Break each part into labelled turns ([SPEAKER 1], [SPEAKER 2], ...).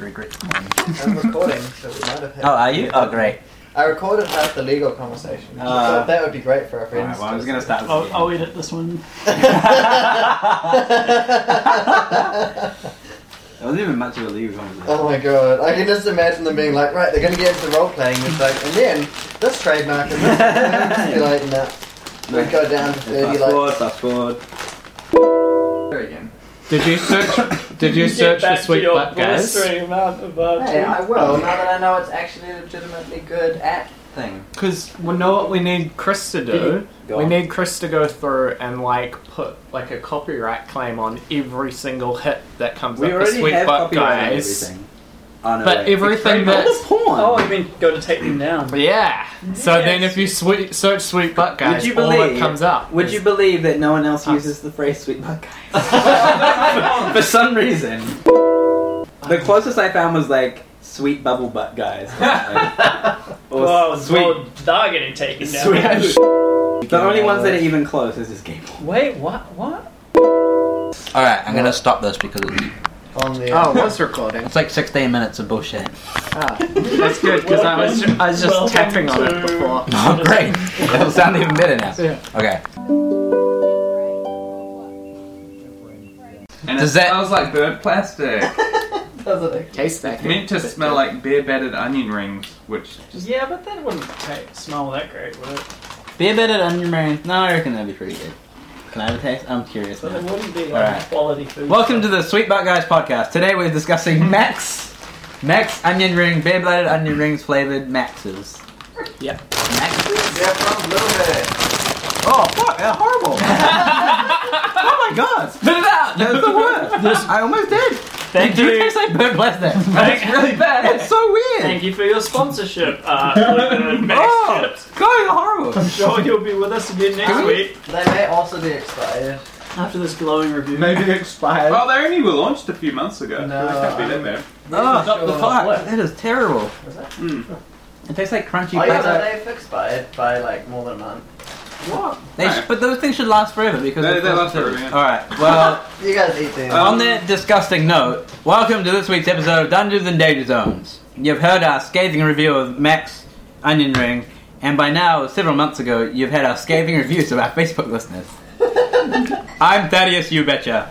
[SPEAKER 1] very great morning.
[SPEAKER 2] I'm recording, so we might have had.
[SPEAKER 1] Oh, are you? Oh, great.
[SPEAKER 2] I recorded half the legal conversation.
[SPEAKER 1] Uh,
[SPEAKER 2] I thought that would be great for our
[SPEAKER 1] All
[SPEAKER 2] friends.
[SPEAKER 1] right, well, I was gonna start. With
[SPEAKER 3] I'll,
[SPEAKER 1] the
[SPEAKER 3] I'll edit this one.
[SPEAKER 1] It wasn't even much of a legal conversation.
[SPEAKER 2] Oh my god, I can just imagine them being like, right, they're gonna get into role playing, and it's like, and then this trademark and this. Be like, nah. We go down to
[SPEAKER 1] Fast
[SPEAKER 2] thirty, like.
[SPEAKER 1] forward, fast forward. There again.
[SPEAKER 4] Did you search? Did you search this week, but guys?
[SPEAKER 3] amount of uh,
[SPEAKER 2] Hey, I
[SPEAKER 1] Oh.
[SPEAKER 2] will. Oh, Now that I know it's actually legitimately good at thing.
[SPEAKER 4] Because we know what we need Chris to do.
[SPEAKER 1] Go
[SPEAKER 4] we
[SPEAKER 1] on.
[SPEAKER 4] need Chris to go through and like put like a copyright claim on every single hit that comes
[SPEAKER 1] We
[SPEAKER 4] up this
[SPEAKER 1] already
[SPEAKER 4] week,
[SPEAKER 1] have
[SPEAKER 4] but
[SPEAKER 1] copyright on
[SPEAKER 4] guys.
[SPEAKER 1] everything. Oh, no,
[SPEAKER 4] But
[SPEAKER 1] wait.
[SPEAKER 4] everything
[SPEAKER 1] All
[SPEAKER 4] that
[SPEAKER 1] the porn.
[SPEAKER 3] Oh, I mean, go to take them down.
[SPEAKER 4] yeah. So
[SPEAKER 3] Yes.
[SPEAKER 4] then, if you swe- search "sweet butt guys,"
[SPEAKER 1] Would you
[SPEAKER 4] all
[SPEAKER 1] believe-
[SPEAKER 4] that comes up.
[SPEAKER 1] Would you
[SPEAKER 4] is-
[SPEAKER 1] believe that no one else uses the phrase sweet butt guys? For some reason. The closest I found was like sweet bubble butt guys. or
[SPEAKER 3] Well,
[SPEAKER 1] sweet.
[SPEAKER 3] well, they're getting taken down.
[SPEAKER 1] sweet. The only ones that are even close is this game.
[SPEAKER 3] Wait, what? What?
[SPEAKER 5] All right, I'm gonna stop this because it's-
[SPEAKER 2] On the.
[SPEAKER 4] Oh, it was recording.
[SPEAKER 5] it's like 16 minutes of bullshit.
[SPEAKER 4] Ah, that's good because I was ju- I was just
[SPEAKER 3] Welcome
[SPEAKER 4] tapping on
[SPEAKER 3] to-
[SPEAKER 4] it before.
[SPEAKER 5] Oh, great! It'll sound even better now.
[SPEAKER 4] Yeah.
[SPEAKER 5] Okay.
[SPEAKER 6] And
[SPEAKER 5] Does
[SPEAKER 6] it
[SPEAKER 5] that-
[SPEAKER 6] smells like bird plastic.
[SPEAKER 2] Doesn't it?
[SPEAKER 4] Taste that.
[SPEAKER 6] It's meant to smell like beer battered onion rings, which just
[SPEAKER 3] Yeah, but that wouldn't ta smell that great, would it?
[SPEAKER 5] Be a bit at onion ring. No, I reckon that'd be pretty good. Can I have a taste? I'm curious.
[SPEAKER 3] But it
[SPEAKER 5] Now.
[SPEAKER 3] wouldn't be like
[SPEAKER 5] Alright.
[SPEAKER 3] quality food.
[SPEAKER 5] Welcome to the Sweet Butt Guys podcast. Today we're discussing Max, Max onion ring, bare bladed onion rings flavored Maxes.
[SPEAKER 4] Yep.
[SPEAKER 5] Max.
[SPEAKER 2] They're from Bluebird.
[SPEAKER 5] Oh fuck! They're horrible. oh my god! Spit it out. That's the worst. I almost did.
[SPEAKER 3] Thank
[SPEAKER 5] Did you
[SPEAKER 3] you.
[SPEAKER 5] taste like bird plastic?
[SPEAKER 3] Thank-
[SPEAKER 5] That's really bad. It's so weird.
[SPEAKER 3] Thank you for your sponsorship, uh, Limited Max
[SPEAKER 5] Oh,
[SPEAKER 3] Chips.
[SPEAKER 5] God, you're horrible.
[SPEAKER 3] I'm sure you'll be with us again next
[SPEAKER 5] Can we-
[SPEAKER 3] week
[SPEAKER 2] They may also be expired.
[SPEAKER 3] after this glowing review.
[SPEAKER 4] expired.
[SPEAKER 6] well, oh, they only were launched a few months ago.
[SPEAKER 2] No,
[SPEAKER 6] they can't be that
[SPEAKER 2] I'm-
[SPEAKER 6] bad.
[SPEAKER 5] Oh,
[SPEAKER 2] Not the
[SPEAKER 5] fuck.
[SPEAKER 3] what?
[SPEAKER 5] That is terrible.
[SPEAKER 6] Mm.
[SPEAKER 5] It tastes like crunchy
[SPEAKER 2] Oh, yeah,
[SPEAKER 5] butter.
[SPEAKER 2] no, they've expired by like more than a month.
[SPEAKER 3] What?
[SPEAKER 5] They sh-
[SPEAKER 6] Alright.
[SPEAKER 5] But those things should last forever because
[SPEAKER 6] They-
[SPEAKER 5] they're
[SPEAKER 6] they last
[SPEAKER 5] crunchy.
[SPEAKER 6] forever, yeah.
[SPEAKER 5] Alright,
[SPEAKER 1] Uh.
[SPEAKER 5] well,
[SPEAKER 2] You guys eat them.
[SPEAKER 6] Um,
[SPEAKER 5] Uh,
[SPEAKER 1] Oh.
[SPEAKER 5] on that disgusting note, welcome to this week's episode of Dungeons and Danger Zones. You've heard our scathing review of Max Onion Ring, and by now, several months ago, you've had our scathing reviews of our Facebook listeners. I'm Thaddeus, you betcha.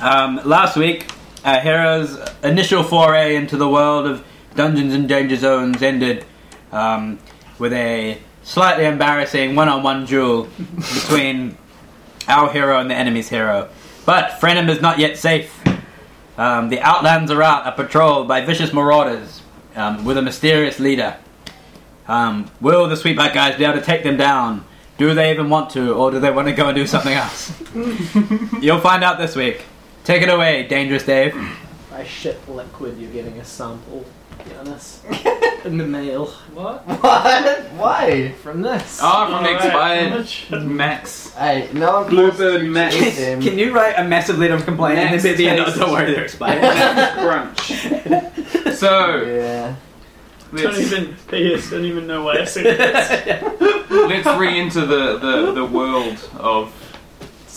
[SPEAKER 5] Um, last week, our hero's initial foray into the world of Dungeons and Danger Zones ended um, with a slightly embarrassing one-on-one duel between our hero and the enemy's hero. But Frenham is not yet safe. Um, the Outlands are out, are patrolled by vicious marauders um, with a mysterious leader. Um, will the Sweetback guys be able to take them down? Do they even want to, or do they want to go and do something else? You'll find out this week. Take it away, Dangerous Dave.
[SPEAKER 4] I shit liquid. You're getting a sample. Giannis. In the mail.
[SPEAKER 3] What?
[SPEAKER 2] What? Why?
[SPEAKER 4] From this.
[SPEAKER 6] Oh, from
[SPEAKER 3] Alright.
[SPEAKER 6] expired Max.
[SPEAKER 2] Hey, no one.
[SPEAKER 6] Bluebird Max.
[SPEAKER 2] Eat them.
[SPEAKER 5] you write a massive letter of complaint
[SPEAKER 6] and then at the end, oh, don't worry,
[SPEAKER 5] they're expired?
[SPEAKER 6] Crunch. So
[SPEAKER 2] Yeah.
[SPEAKER 3] Don't
[SPEAKER 6] let's,
[SPEAKER 3] even. P.S. Don't even know why I said this.
[SPEAKER 6] let's re-enter the, the, the world of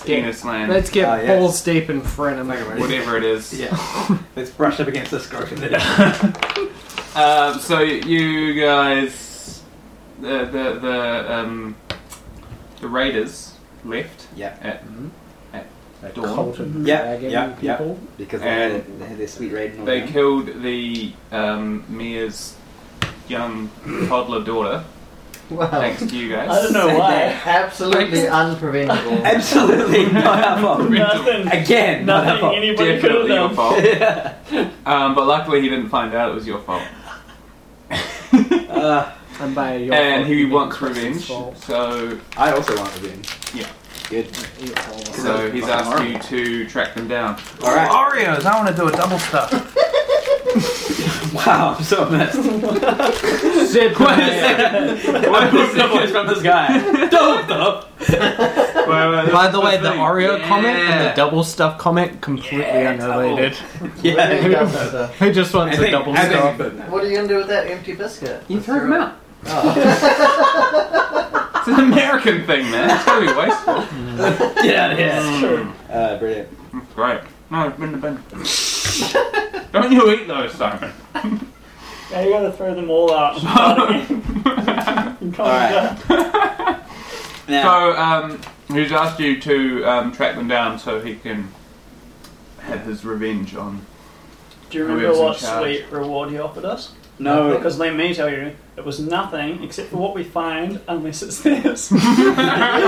[SPEAKER 6] penis land,
[SPEAKER 4] Let's get
[SPEAKER 5] Oh, yeah.
[SPEAKER 4] balls deep in front of
[SPEAKER 5] Like
[SPEAKER 4] me.
[SPEAKER 6] whatever it is.
[SPEAKER 5] Let's brush up against the scorpion.
[SPEAKER 6] Um, so you guys, the the the um, the raiders left.
[SPEAKER 5] Yeah.
[SPEAKER 6] At, at dawn,
[SPEAKER 4] Colton
[SPEAKER 5] Yeah,
[SPEAKER 4] dragon
[SPEAKER 5] yeah, yeah.
[SPEAKER 4] people.
[SPEAKER 5] Because
[SPEAKER 6] And
[SPEAKER 5] they had their sweet raid and all
[SPEAKER 6] they
[SPEAKER 5] that.
[SPEAKER 6] killed the um, mayor's young toddler daughter.
[SPEAKER 2] Wow.
[SPEAKER 6] Thanks to you
[SPEAKER 3] I
[SPEAKER 6] guys.
[SPEAKER 3] don't know
[SPEAKER 5] Say
[SPEAKER 3] why.
[SPEAKER 5] that.
[SPEAKER 2] Absolutely unpreventable.
[SPEAKER 5] Absolutely not our fault.
[SPEAKER 3] Nothing.
[SPEAKER 5] Again, not our
[SPEAKER 3] Nothing
[SPEAKER 5] fault.
[SPEAKER 3] anybody could have
[SPEAKER 6] Definitely your
[SPEAKER 3] done.
[SPEAKER 6] fault. Um, but luckily, he didn't find out it was your fault,
[SPEAKER 5] Uh,
[SPEAKER 4] And by your
[SPEAKER 6] and
[SPEAKER 4] fault,
[SPEAKER 6] he
[SPEAKER 4] you mean
[SPEAKER 6] wants
[SPEAKER 4] Chris's
[SPEAKER 6] revenge.
[SPEAKER 4] fault.
[SPEAKER 6] So
[SPEAKER 5] I also want to win.
[SPEAKER 6] Yeah.
[SPEAKER 5] Good.
[SPEAKER 4] Your fault.
[SPEAKER 6] so he's
[SPEAKER 5] fucking
[SPEAKER 6] asked
[SPEAKER 5] horrible.
[SPEAKER 6] you to track them down.
[SPEAKER 5] All right.
[SPEAKER 1] Oreos. I want to do a double stuff.
[SPEAKER 5] Wow, I'm so messed.
[SPEAKER 4] Zip
[SPEAKER 5] What
[SPEAKER 4] mail.
[SPEAKER 5] is that? What is that from this guy? Don't know.
[SPEAKER 4] By the way, the Oreo
[SPEAKER 6] Yeah.
[SPEAKER 4] comment and the double stuff comment completely
[SPEAKER 5] Yeah,
[SPEAKER 4] unrelated.
[SPEAKER 2] What are
[SPEAKER 5] Yeah.
[SPEAKER 2] you gonna do with that?
[SPEAKER 4] Who just wants a double stuff?
[SPEAKER 2] What are you gonna do with that empty biscuit?
[SPEAKER 5] You threw him out.
[SPEAKER 2] Oh.
[SPEAKER 6] It's an American thing, man. It's gotta be wasteful.
[SPEAKER 5] Get out of here.
[SPEAKER 3] Sure.
[SPEAKER 5] Uh, brilliant.
[SPEAKER 6] Right. No, it's been the bin. Don't you eat those, Simon?
[SPEAKER 3] Now you gotta throw them all out. You can't
[SPEAKER 5] Alright.
[SPEAKER 3] do that.
[SPEAKER 5] Now,
[SPEAKER 6] so, um, he's asked you to um, track them down so he can have his revenge on.
[SPEAKER 3] Do you
[SPEAKER 6] Who
[SPEAKER 3] remember
[SPEAKER 6] is in
[SPEAKER 3] what
[SPEAKER 6] charge?
[SPEAKER 3] sweet reward he offered us?
[SPEAKER 5] no,
[SPEAKER 3] Because let me tell you, it was nothing except for what we find, unless it's this.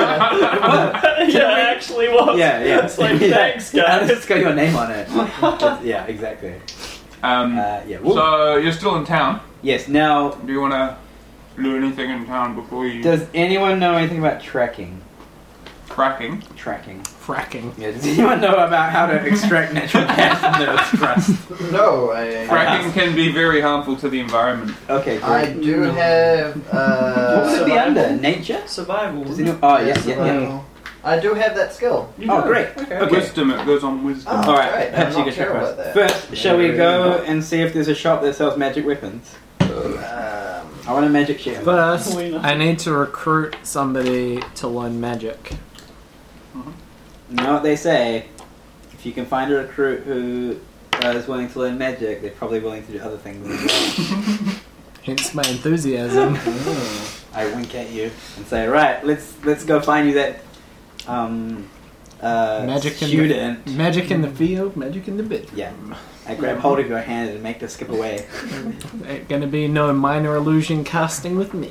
[SPEAKER 3] yeah, it actually was.
[SPEAKER 5] yeah, yeah.
[SPEAKER 3] It's like,
[SPEAKER 5] yeah.
[SPEAKER 3] thanks,
[SPEAKER 5] Yeah,
[SPEAKER 3] guys.
[SPEAKER 5] It's got your name on it. It's- yeah, exactly.
[SPEAKER 6] Um,
[SPEAKER 5] Uh, yeah. Well,
[SPEAKER 6] so, you're still in town.
[SPEAKER 5] yes. Now,
[SPEAKER 6] Do you want to do anything in town before you.
[SPEAKER 5] does anyone know anything about tracking?
[SPEAKER 6] cracking?
[SPEAKER 5] Tracking.
[SPEAKER 7] Fracking.
[SPEAKER 5] Yeah. Does anyone know about how to extract natural gas from the Earth's crust?
[SPEAKER 2] No, I,
[SPEAKER 6] Cracking can be very harmful to the environment.
[SPEAKER 5] Okay. Cool.
[SPEAKER 2] I do have.
[SPEAKER 5] what
[SPEAKER 2] Uh,
[SPEAKER 5] would it be under? Nature?
[SPEAKER 3] Survival.
[SPEAKER 5] Does anyone? Oh, yeah, yeah, yeah.
[SPEAKER 2] survival. I do have that skill.
[SPEAKER 3] You
[SPEAKER 5] Oh,
[SPEAKER 3] know.
[SPEAKER 5] great. Okay.
[SPEAKER 6] Wisdom, it goes on wisdom.
[SPEAKER 2] Oh.
[SPEAKER 5] All right,
[SPEAKER 2] Great,
[SPEAKER 5] perhaps
[SPEAKER 2] I'm
[SPEAKER 5] you can
[SPEAKER 2] not
[SPEAKER 5] check
[SPEAKER 2] sure
[SPEAKER 5] for
[SPEAKER 2] about
[SPEAKER 5] us.
[SPEAKER 2] that.
[SPEAKER 5] First, shall we
[SPEAKER 2] Maybe
[SPEAKER 5] go
[SPEAKER 2] not.
[SPEAKER 5] and see if there's a shop that sells magic weapons?
[SPEAKER 2] Um,
[SPEAKER 5] I want a magic shield.
[SPEAKER 7] First,
[SPEAKER 3] We know.
[SPEAKER 7] I need to recruit somebody to learn magic.
[SPEAKER 5] You know what they say? If you can find a recruit who uh, is willing to learn magic, they're probably willing to do other things. As well.
[SPEAKER 7] Hence my enthusiasm.
[SPEAKER 5] I wink at you and say, "Right, let's let's go find you that um, uh,
[SPEAKER 7] Magic in the-
[SPEAKER 5] student."
[SPEAKER 4] Mm.
[SPEAKER 7] magic in the field, magic in the bit.
[SPEAKER 5] yeah, I grab hold of your hand and make the skip away.
[SPEAKER 7] Ain't gonna be no minor illusion casting with me.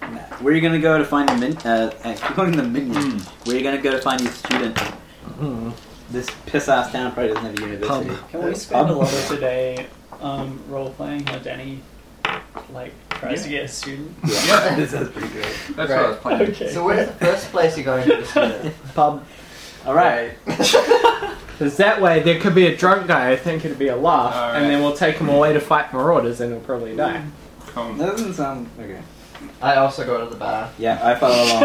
[SPEAKER 5] Nah. Where are you gonna go to find the min? Uh, I keep calling them minions. Where are you gonna go to find your student?
[SPEAKER 7] Hmm.
[SPEAKER 5] This piss ass town probably doesn't have a university.
[SPEAKER 7] Pub.
[SPEAKER 3] Can we spend a lot of today um, role playing how Danny like tries to get a student?
[SPEAKER 5] Yeah, this sounds pretty great.
[SPEAKER 3] Oh,
[SPEAKER 6] That's what I was planning.
[SPEAKER 3] Okay.
[SPEAKER 2] so where's the first place you're going to this year?
[SPEAKER 7] Pub.
[SPEAKER 5] All right.
[SPEAKER 7] Because that way there could be a drunk guy, I think it'd be a laugh,
[SPEAKER 6] All right.
[SPEAKER 7] and then we'll take him away to fight marauders and he'll probably die.
[SPEAKER 6] Cool.
[SPEAKER 5] That doesn't sound okay.
[SPEAKER 2] I also go to the bar.
[SPEAKER 5] Yeah, I follow along,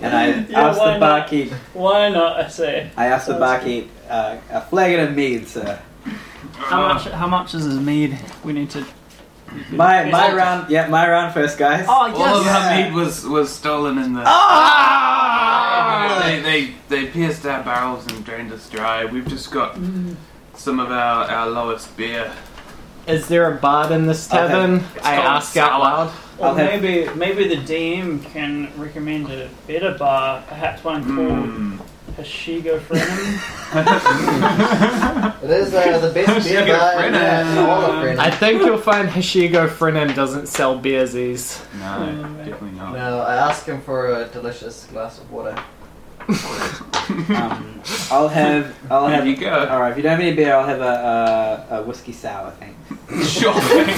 [SPEAKER 5] and I
[SPEAKER 3] Yeah,
[SPEAKER 5] ask
[SPEAKER 3] why
[SPEAKER 5] the
[SPEAKER 3] not?
[SPEAKER 5] barkeep.
[SPEAKER 3] Why not? I say.
[SPEAKER 5] I asked the
[SPEAKER 3] Sounds good.
[SPEAKER 5] barkeep uh, a flagon of mead, sir.
[SPEAKER 3] How much? How much is his mead? We need to.
[SPEAKER 5] My
[SPEAKER 3] Yes,
[SPEAKER 5] my
[SPEAKER 3] I'll-
[SPEAKER 5] round, yeah, my round first, guys.
[SPEAKER 3] Oh
[SPEAKER 6] All of
[SPEAKER 3] yes.
[SPEAKER 6] her meat was, was stolen in the.
[SPEAKER 5] Ah!
[SPEAKER 6] They, they, they pierced our barrels and drained us dry. We've just got some of our, our lowest beer.
[SPEAKER 7] Is there a bard in this
[SPEAKER 5] Okay.
[SPEAKER 7] tavern? I
[SPEAKER 6] called
[SPEAKER 7] ask out
[SPEAKER 6] Salad.
[SPEAKER 7] loud.
[SPEAKER 3] Or
[SPEAKER 5] I'll have-
[SPEAKER 3] maybe maybe the DM can recommend a better bar, perhaps one called
[SPEAKER 6] Mm.
[SPEAKER 3] Hashigo Frenum.
[SPEAKER 2] It is uh, the best beer
[SPEAKER 6] Sugar
[SPEAKER 2] bar in, uh, in all of
[SPEAKER 7] I
[SPEAKER 2] Britain.
[SPEAKER 7] think you'll find Hashigo Frenan doesn't sell beersies.
[SPEAKER 6] No, definitely
[SPEAKER 5] Oh.
[SPEAKER 6] not.
[SPEAKER 2] No, I ask him for a delicious glass of water.
[SPEAKER 5] Um, I'll have I'll
[SPEAKER 6] There
[SPEAKER 5] have.
[SPEAKER 6] you go.
[SPEAKER 5] All right, if you don't have any beer, I'll have a a, a whiskey sour thing.
[SPEAKER 6] Shopping.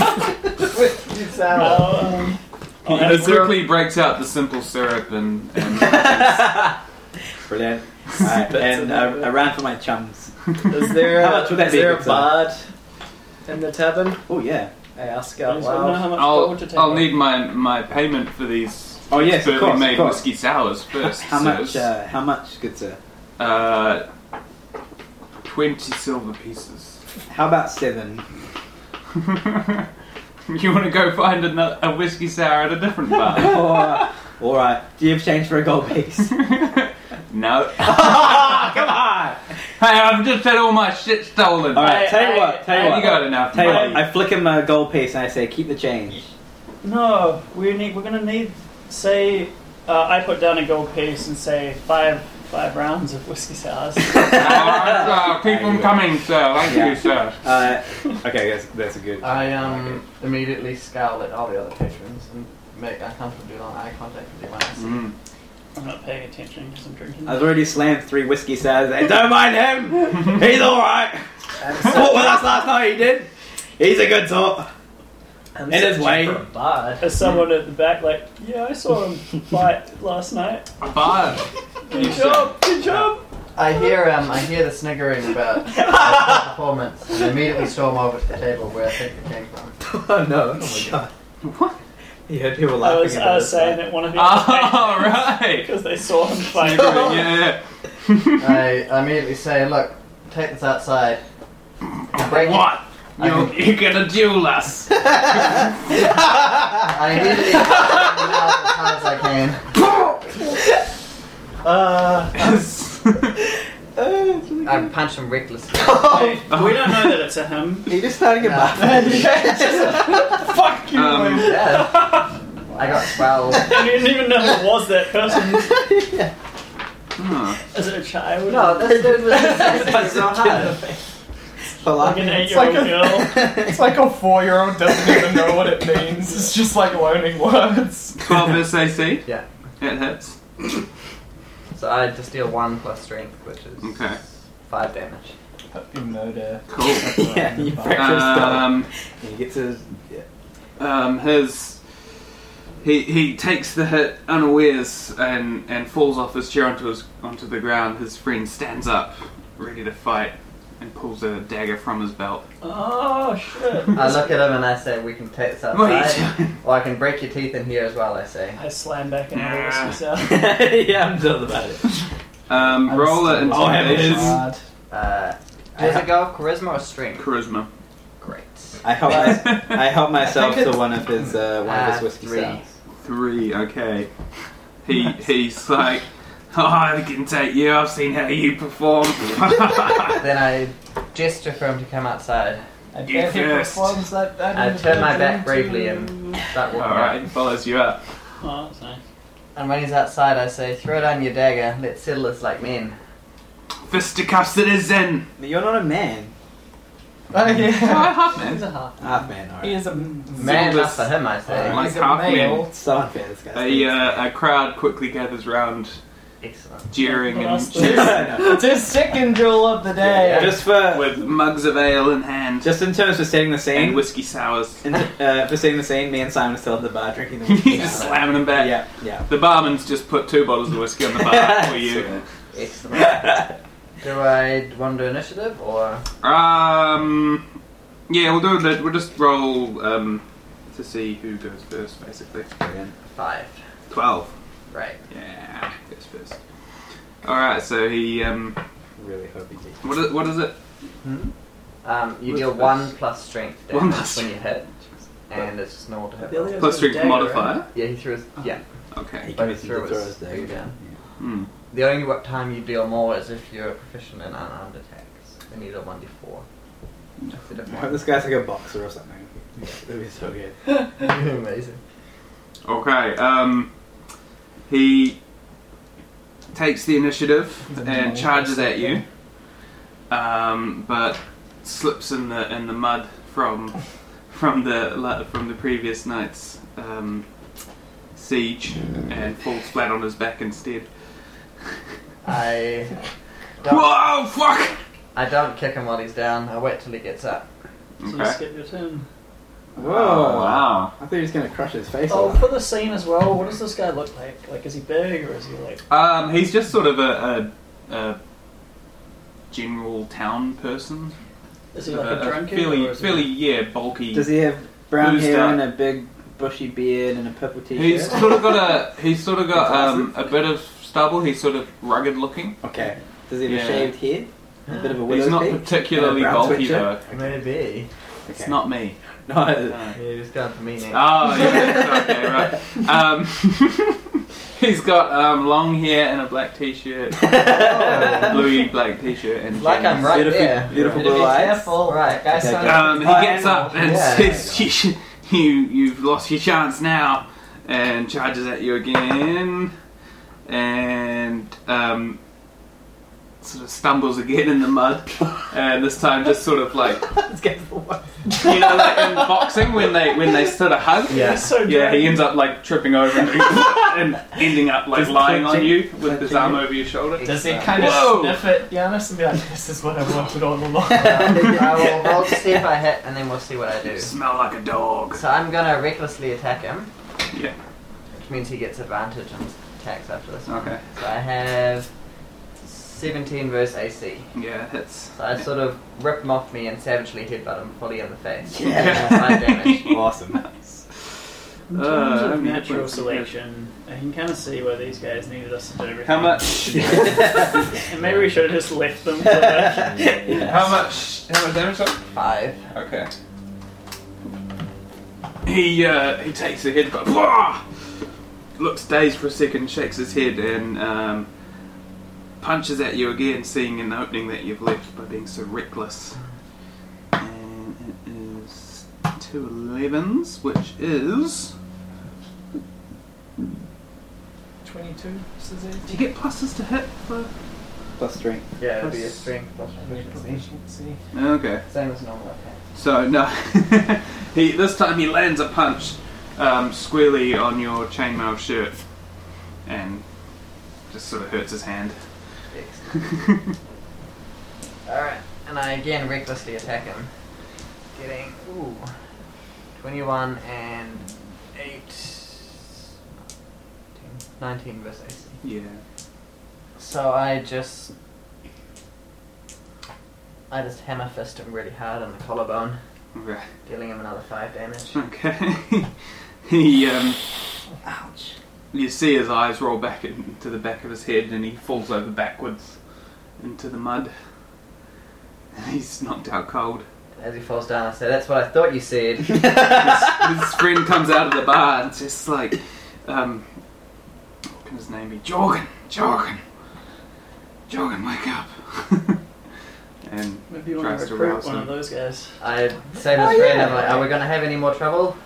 [SPEAKER 2] With you sour.
[SPEAKER 3] um,
[SPEAKER 6] he quickly breaks out the simple syrup and. and
[SPEAKER 5] Brilliant. All right, and uh, a round for my chums.
[SPEAKER 7] Is there,
[SPEAKER 5] How much would that
[SPEAKER 7] is
[SPEAKER 5] be,
[SPEAKER 7] there a
[SPEAKER 5] good sir?
[SPEAKER 7] bard in the tavern?
[SPEAKER 5] Oh yeah.
[SPEAKER 7] I ask
[SPEAKER 3] I
[SPEAKER 7] out
[SPEAKER 3] just don't know how
[SPEAKER 7] loud.
[SPEAKER 3] much gold
[SPEAKER 6] I'll,
[SPEAKER 3] to take
[SPEAKER 6] I'll
[SPEAKER 3] off.
[SPEAKER 6] need my, my payment for these.
[SPEAKER 5] Oh yes, of
[SPEAKER 6] expertly
[SPEAKER 5] course.
[SPEAKER 6] made
[SPEAKER 5] Of course.
[SPEAKER 6] whiskey sours first.
[SPEAKER 5] How much?
[SPEAKER 6] sirs.
[SPEAKER 5] Uh, how much, good sir?
[SPEAKER 6] Uh, 20 silver pieces.
[SPEAKER 5] How about seven?
[SPEAKER 6] you want to go find another, a whiskey sour at a different bar?
[SPEAKER 5] Or, all right. Do you have change for a gold piece?
[SPEAKER 6] no.
[SPEAKER 5] Ah, Come on.
[SPEAKER 6] Hey, I've just had all my shit stolen.
[SPEAKER 5] All right.
[SPEAKER 3] I-
[SPEAKER 5] tell you
[SPEAKER 3] I-
[SPEAKER 5] what. Tell you
[SPEAKER 6] You
[SPEAKER 5] what.
[SPEAKER 6] got enough.
[SPEAKER 5] Tell you
[SPEAKER 6] mate.
[SPEAKER 5] what. I flick him a gold piece and I say, "Keep the change."
[SPEAKER 3] No, we need. We're gonna need. Say, uh, I put down a gold piece and say five five rounds of whiskey sours.
[SPEAKER 6] Uh, keep them coming, sir. Thank
[SPEAKER 5] Yeah.
[SPEAKER 6] you, sir.
[SPEAKER 5] Uh, okay, that's that's a good.
[SPEAKER 2] I um immediately scowl at all the other patrons and make uncomfortable eye contact with everyone. else.
[SPEAKER 6] Mm.
[SPEAKER 3] I'm not paying attention because I'm drinking.
[SPEAKER 5] I've already slammed three whiskey sours. I don't mind him. He's all right. Fought with us last night. He did. He's a good sort.
[SPEAKER 7] I'm
[SPEAKER 5] In his way.
[SPEAKER 7] bard.
[SPEAKER 3] There's someone at the back, like, yeah, I saw him fight last night.
[SPEAKER 6] A bard.
[SPEAKER 3] Good job, good job.
[SPEAKER 2] I hear um I hear the sniggering about the performance and immediately storm over to the table where I think it came from.
[SPEAKER 5] Oh no! Oh my god.
[SPEAKER 6] What?
[SPEAKER 5] You heard people
[SPEAKER 3] I
[SPEAKER 5] laughing
[SPEAKER 3] was,
[SPEAKER 5] about
[SPEAKER 3] I was
[SPEAKER 5] it.
[SPEAKER 3] saying that one of the
[SPEAKER 6] All Oh, right.
[SPEAKER 3] because they saw him fight.
[SPEAKER 6] Yeah.
[SPEAKER 2] I immediately say, look, take this outside. Break it.
[SPEAKER 6] What? You're, you're gonna duel us.
[SPEAKER 2] I immediately break it out as hard as I
[SPEAKER 7] Uh,
[SPEAKER 2] can.
[SPEAKER 6] Yes.
[SPEAKER 5] oh, it's really
[SPEAKER 2] I
[SPEAKER 5] good.
[SPEAKER 2] punch him recklessly. Uh,
[SPEAKER 3] Hey, we don't know that it's a him.
[SPEAKER 5] You're just starting a
[SPEAKER 8] Nah.
[SPEAKER 5] bath.
[SPEAKER 3] Fuck you!
[SPEAKER 6] Um,
[SPEAKER 3] William.
[SPEAKER 2] Yeah. I got 12.
[SPEAKER 3] I didn't even know who was that person.
[SPEAKER 6] Huh.
[SPEAKER 3] Is it a child?
[SPEAKER 2] No, this dude was just so hard.
[SPEAKER 3] like an
[SPEAKER 5] Palaki.
[SPEAKER 3] eight-year-old
[SPEAKER 4] like a-
[SPEAKER 3] girl.
[SPEAKER 4] It's like a four year old doesn't even know what it means. It's just like learning words.
[SPEAKER 6] 12 versus AC?
[SPEAKER 2] Yeah.
[SPEAKER 6] It hits.
[SPEAKER 2] So I just deal 1 plus strength, which is
[SPEAKER 6] Okay.
[SPEAKER 2] 5 damage.
[SPEAKER 4] You murder.
[SPEAKER 6] Cool.
[SPEAKER 5] Yeah, you
[SPEAKER 2] Uh,
[SPEAKER 5] fracture his skull.
[SPEAKER 6] Um,
[SPEAKER 5] And He gets his. Yeah.
[SPEAKER 6] um, his he he takes the hit unawares and and falls off his chair onto his onto the ground. His friend stands up, ready to fight, and pulls a dagger from his belt.
[SPEAKER 3] Oh shit!
[SPEAKER 2] I look at him and I say, we can take this outside.
[SPEAKER 6] Wait.
[SPEAKER 2] Or I can break your teeth in here as well, I say.
[SPEAKER 3] I slam back and
[SPEAKER 6] Nah.
[SPEAKER 3] release myself.
[SPEAKER 5] yeah, I'm told about it.
[SPEAKER 6] Um, roll it
[SPEAKER 4] I'm still
[SPEAKER 5] I'll have it.
[SPEAKER 6] intimidation.
[SPEAKER 4] hard.
[SPEAKER 2] Uh, does it go charisma or strength?
[SPEAKER 6] Charisma.
[SPEAKER 2] Great.
[SPEAKER 5] I help, my, I help myself
[SPEAKER 4] think
[SPEAKER 5] to one of his uh, one of his
[SPEAKER 2] Ah,
[SPEAKER 5] whiskey
[SPEAKER 2] three.
[SPEAKER 5] sours.
[SPEAKER 6] Three. Okay. He he's like, oh, I can take you. I've seen how you perform.
[SPEAKER 2] Then I gesture for him to come outside.
[SPEAKER 4] I
[SPEAKER 6] You
[SPEAKER 4] bet he
[SPEAKER 6] first.
[SPEAKER 4] performs like that
[SPEAKER 2] I
[SPEAKER 4] in the
[SPEAKER 2] turn my back
[SPEAKER 4] bedroom
[SPEAKER 2] bravely
[SPEAKER 4] too.
[SPEAKER 2] and start
[SPEAKER 6] All
[SPEAKER 2] walking
[SPEAKER 6] right,
[SPEAKER 2] out.
[SPEAKER 6] he follows you up.
[SPEAKER 3] Oh, that's nice.
[SPEAKER 2] And when he's outside, I say, throw down your dagger, let's settle this like men.
[SPEAKER 6] Fisticuffs it is in.
[SPEAKER 5] But You're not a man.
[SPEAKER 4] Oh, yeah.
[SPEAKER 3] He's a half.
[SPEAKER 5] Half man, alright.
[SPEAKER 4] He is a
[SPEAKER 2] Man
[SPEAKER 6] Zulu
[SPEAKER 2] enough for him, I say.
[SPEAKER 6] Like
[SPEAKER 4] He's a
[SPEAKER 6] half
[SPEAKER 4] male.
[SPEAKER 6] man.
[SPEAKER 5] So unfair, this guy.
[SPEAKER 6] A, uh, a crowd quickly gathers round,
[SPEAKER 2] Excellent.
[SPEAKER 6] jeering and
[SPEAKER 3] Bastard.
[SPEAKER 6] cheering.
[SPEAKER 4] It's his second drill of the day.
[SPEAKER 5] Just for.
[SPEAKER 6] with mugs of ale in hand
[SPEAKER 5] Just in terms of setting the
[SPEAKER 6] and
[SPEAKER 5] scene,
[SPEAKER 6] whiskey sours.
[SPEAKER 5] in, uh, for setting the scene, me and Simon are still at the bar drinking the whiskey.
[SPEAKER 6] He's just
[SPEAKER 5] sour.
[SPEAKER 6] slamming them back.
[SPEAKER 5] Yeah, yeah.
[SPEAKER 6] The barman's just put two bottles of whiskey on the bar for you.
[SPEAKER 2] Excellent. Do I want to do initiative or?
[SPEAKER 6] Um, yeah, we'll do it. We'll just roll um, to see who goes first, basically.
[SPEAKER 2] Five.
[SPEAKER 6] Twelve.
[SPEAKER 2] Right.
[SPEAKER 6] Yeah, goes first. All right, so he. Um,
[SPEAKER 5] really hope he did.
[SPEAKER 6] what is, what is it?
[SPEAKER 2] Um, you
[SPEAKER 6] What's
[SPEAKER 2] deal
[SPEAKER 6] this?
[SPEAKER 2] one plus strength damage
[SPEAKER 6] One plus
[SPEAKER 2] when you hit, and it's just normal to hit.
[SPEAKER 3] Billy
[SPEAKER 6] Plus
[SPEAKER 3] was
[SPEAKER 6] three
[SPEAKER 3] a dagger,
[SPEAKER 6] modifier.
[SPEAKER 2] Yeah, he threw his.
[SPEAKER 6] Ah.
[SPEAKER 2] Yeah.
[SPEAKER 5] He
[SPEAKER 6] Okay.
[SPEAKER 5] commits to
[SPEAKER 2] throw
[SPEAKER 5] throw
[SPEAKER 2] his
[SPEAKER 5] his dagger
[SPEAKER 2] dagger.
[SPEAKER 5] down.
[SPEAKER 6] Hmm.
[SPEAKER 2] The only wa- time you deal more is if you're proficient in unarmed attacks, and you deal one d four. Instead of
[SPEAKER 5] I hope
[SPEAKER 2] one.
[SPEAKER 5] this guy's like a boxer or something. That'd be so good.
[SPEAKER 2] Amazing.
[SPEAKER 6] Okay. Um, he takes the initiative and charges at you, um, but slips in the in the mud from from the la- from the previous night's um, siege and falls flat on his back instead.
[SPEAKER 2] I don't.
[SPEAKER 6] Whoa! Fuck!
[SPEAKER 2] I don't kick him while he's down. I wait till he gets up.
[SPEAKER 3] So you
[SPEAKER 6] Okay.
[SPEAKER 3] skip your turn.
[SPEAKER 5] Whoa!
[SPEAKER 6] Oh, wow.
[SPEAKER 5] I thought he was gonna crush his face.
[SPEAKER 3] Oh,
[SPEAKER 5] off.
[SPEAKER 3] for the scene as well. What does this guy look like? Like, is he big or is he like?
[SPEAKER 6] Um, he's just sort of a, a, a general town person.
[SPEAKER 3] Is he like
[SPEAKER 6] a,
[SPEAKER 3] a drunkard? or
[SPEAKER 6] fairly,
[SPEAKER 3] is he-
[SPEAKER 6] fairly, yeah, bulky.
[SPEAKER 5] Does he have brown
[SPEAKER 6] Who's
[SPEAKER 5] hair
[SPEAKER 6] that?
[SPEAKER 5] and a big bushy beard and a purple t-shirt?
[SPEAKER 6] He's sort of got a he's sort of got um, a bit of stubble. He's sort of rugged looking.
[SPEAKER 5] Okay. Does he have
[SPEAKER 6] Yeah.
[SPEAKER 5] a shaved head? A bit of a
[SPEAKER 6] He's
[SPEAKER 5] widow's
[SPEAKER 6] not
[SPEAKER 5] peak?
[SPEAKER 6] particularly
[SPEAKER 5] Yeah, brown
[SPEAKER 6] bulky
[SPEAKER 5] sweatshirt.
[SPEAKER 6] though.
[SPEAKER 2] Maybe.
[SPEAKER 6] It's
[SPEAKER 5] Okay.
[SPEAKER 6] not me.
[SPEAKER 5] No.
[SPEAKER 6] No.
[SPEAKER 2] Yeah, he's going for me now.
[SPEAKER 6] Oh yeah, it's okay, right. Um, he's got um, long hair and a black t-shirt, bluey black t-shirt, and
[SPEAKER 2] Like I'm
[SPEAKER 6] jeans.
[SPEAKER 2] right
[SPEAKER 5] Beautiful-
[SPEAKER 2] there.
[SPEAKER 5] beautiful
[SPEAKER 2] Be
[SPEAKER 5] blue eyes.
[SPEAKER 2] careful, right? Guys,
[SPEAKER 5] Okay, good.
[SPEAKER 6] Um, he gets up and
[SPEAKER 2] Yeah.
[SPEAKER 6] says, you, sh- "You you've lost your chance now," and charges at you again, and um, sort of stumbles again in the mud, and this time just sort of like
[SPEAKER 5] Let's get the one.
[SPEAKER 6] you know like in boxing when they when they sort of hug.
[SPEAKER 2] Yeah.
[SPEAKER 3] He's so
[SPEAKER 6] Yeah, he
[SPEAKER 3] drunk.
[SPEAKER 6] ends up like tripping over and, and ending up like
[SPEAKER 5] Just
[SPEAKER 6] lying on
[SPEAKER 5] clutching-
[SPEAKER 6] you with his
[SPEAKER 5] clutching
[SPEAKER 6] arm
[SPEAKER 5] you.
[SPEAKER 6] over your shoulder.
[SPEAKER 4] Does he kind of
[SPEAKER 6] Whoa.
[SPEAKER 4] sniff at Giannis and be like, this is what I wanted all along?
[SPEAKER 2] Um, I will roll to see if I hit, and then we'll see what I do.
[SPEAKER 6] You smell like a dog.
[SPEAKER 2] So I'm gonna recklessly attack him,
[SPEAKER 6] Yeah.
[SPEAKER 2] which means he gets advantage on his attacks after this. one.
[SPEAKER 6] Okay.
[SPEAKER 2] So I have 17 versus AC.
[SPEAKER 6] Yeah, it hits.
[SPEAKER 2] So I sort of rip him off me and savagely headbutt him fully in the face.
[SPEAKER 5] Yeah.
[SPEAKER 2] Five damage.
[SPEAKER 5] Awesome.
[SPEAKER 3] In terms
[SPEAKER 6] Uh, I
[SPEAKER 3] of
[SPEAKER 6] mean,
[SPEAKER 3] natural
[SPEAKER 6] that's-
[SPEAKER 3] selection, I can kind of see why these guys needed us to do everything.
[SPEAKER 6] How much?
[SPEAKER 3] And maybe we should have just left them. For that.
[SPEAKER 6] How much? How much damage? was it?
[SPEAKER 2] Five.
[SPEAKER 6] Okay. He uh, he takes a hit, but Wah! looks dazed for a second, shakes his head, and um, punches at you again, seeing an opening that you've left by being so reckless. And it is two 11s, which is.
[SPEAKER 3] 22, says it.
[SPEAKER 6] Do you get pluses to hit for.
[SPEAKER 5] Plus three.
[SPEAKER 2] Yeah, it'd be a strength plus proficiency.
[SPEAKER 3] Proficiency.
[SPEAKER 6] Okay.
[SPEAKER 2] Same as normal attack.
[SPEAKER 6] So no, he this time he lands a punch um, squarely on your chainmail shirt, and just sort of hurts his hand.
[SPEAKER 2] Alright, and I again recklessly attack him. Getting, ooh, 21 and 8. 19 versus AC.
[SPEAKER 6] yeah.
[SPEAKER 2] So I just. I just hammer fist him really hard on the collarbone,
[SPEAKER 6] Right.
[SPEAKER 2] dealing him another 5 damage.
[SPEAKER 6] Okay. he um,
[SPEAKER 2] Ouch.
[SPEAKER 6] you see his eyes roll back into the back of his head, and he falls over backwards into the mud. He's knocked out cold.
[SPEAKER 2] As he falls down, I say, That's what I thought you said.
[SPEAKER 6] his, his friend comes out of the bar and just like, um, what can his name be? Jorgen, Jorgen, Jorgen, wake up! and
[SPEAKER 3] Maybe you want
[SPEAKER 6] Tries
[SPEAKER 3] to
[SPEAKER 6] to
[SPEAKER 3] recruit
[SPEAKER 6] rouse
[SPEAKER 3] one
[SPEAKER 6] him.
[SPEAKER 3] of those guys.
[SPEAKER 2] I say to his friend, I'm like, Are we gonna have any more trouble?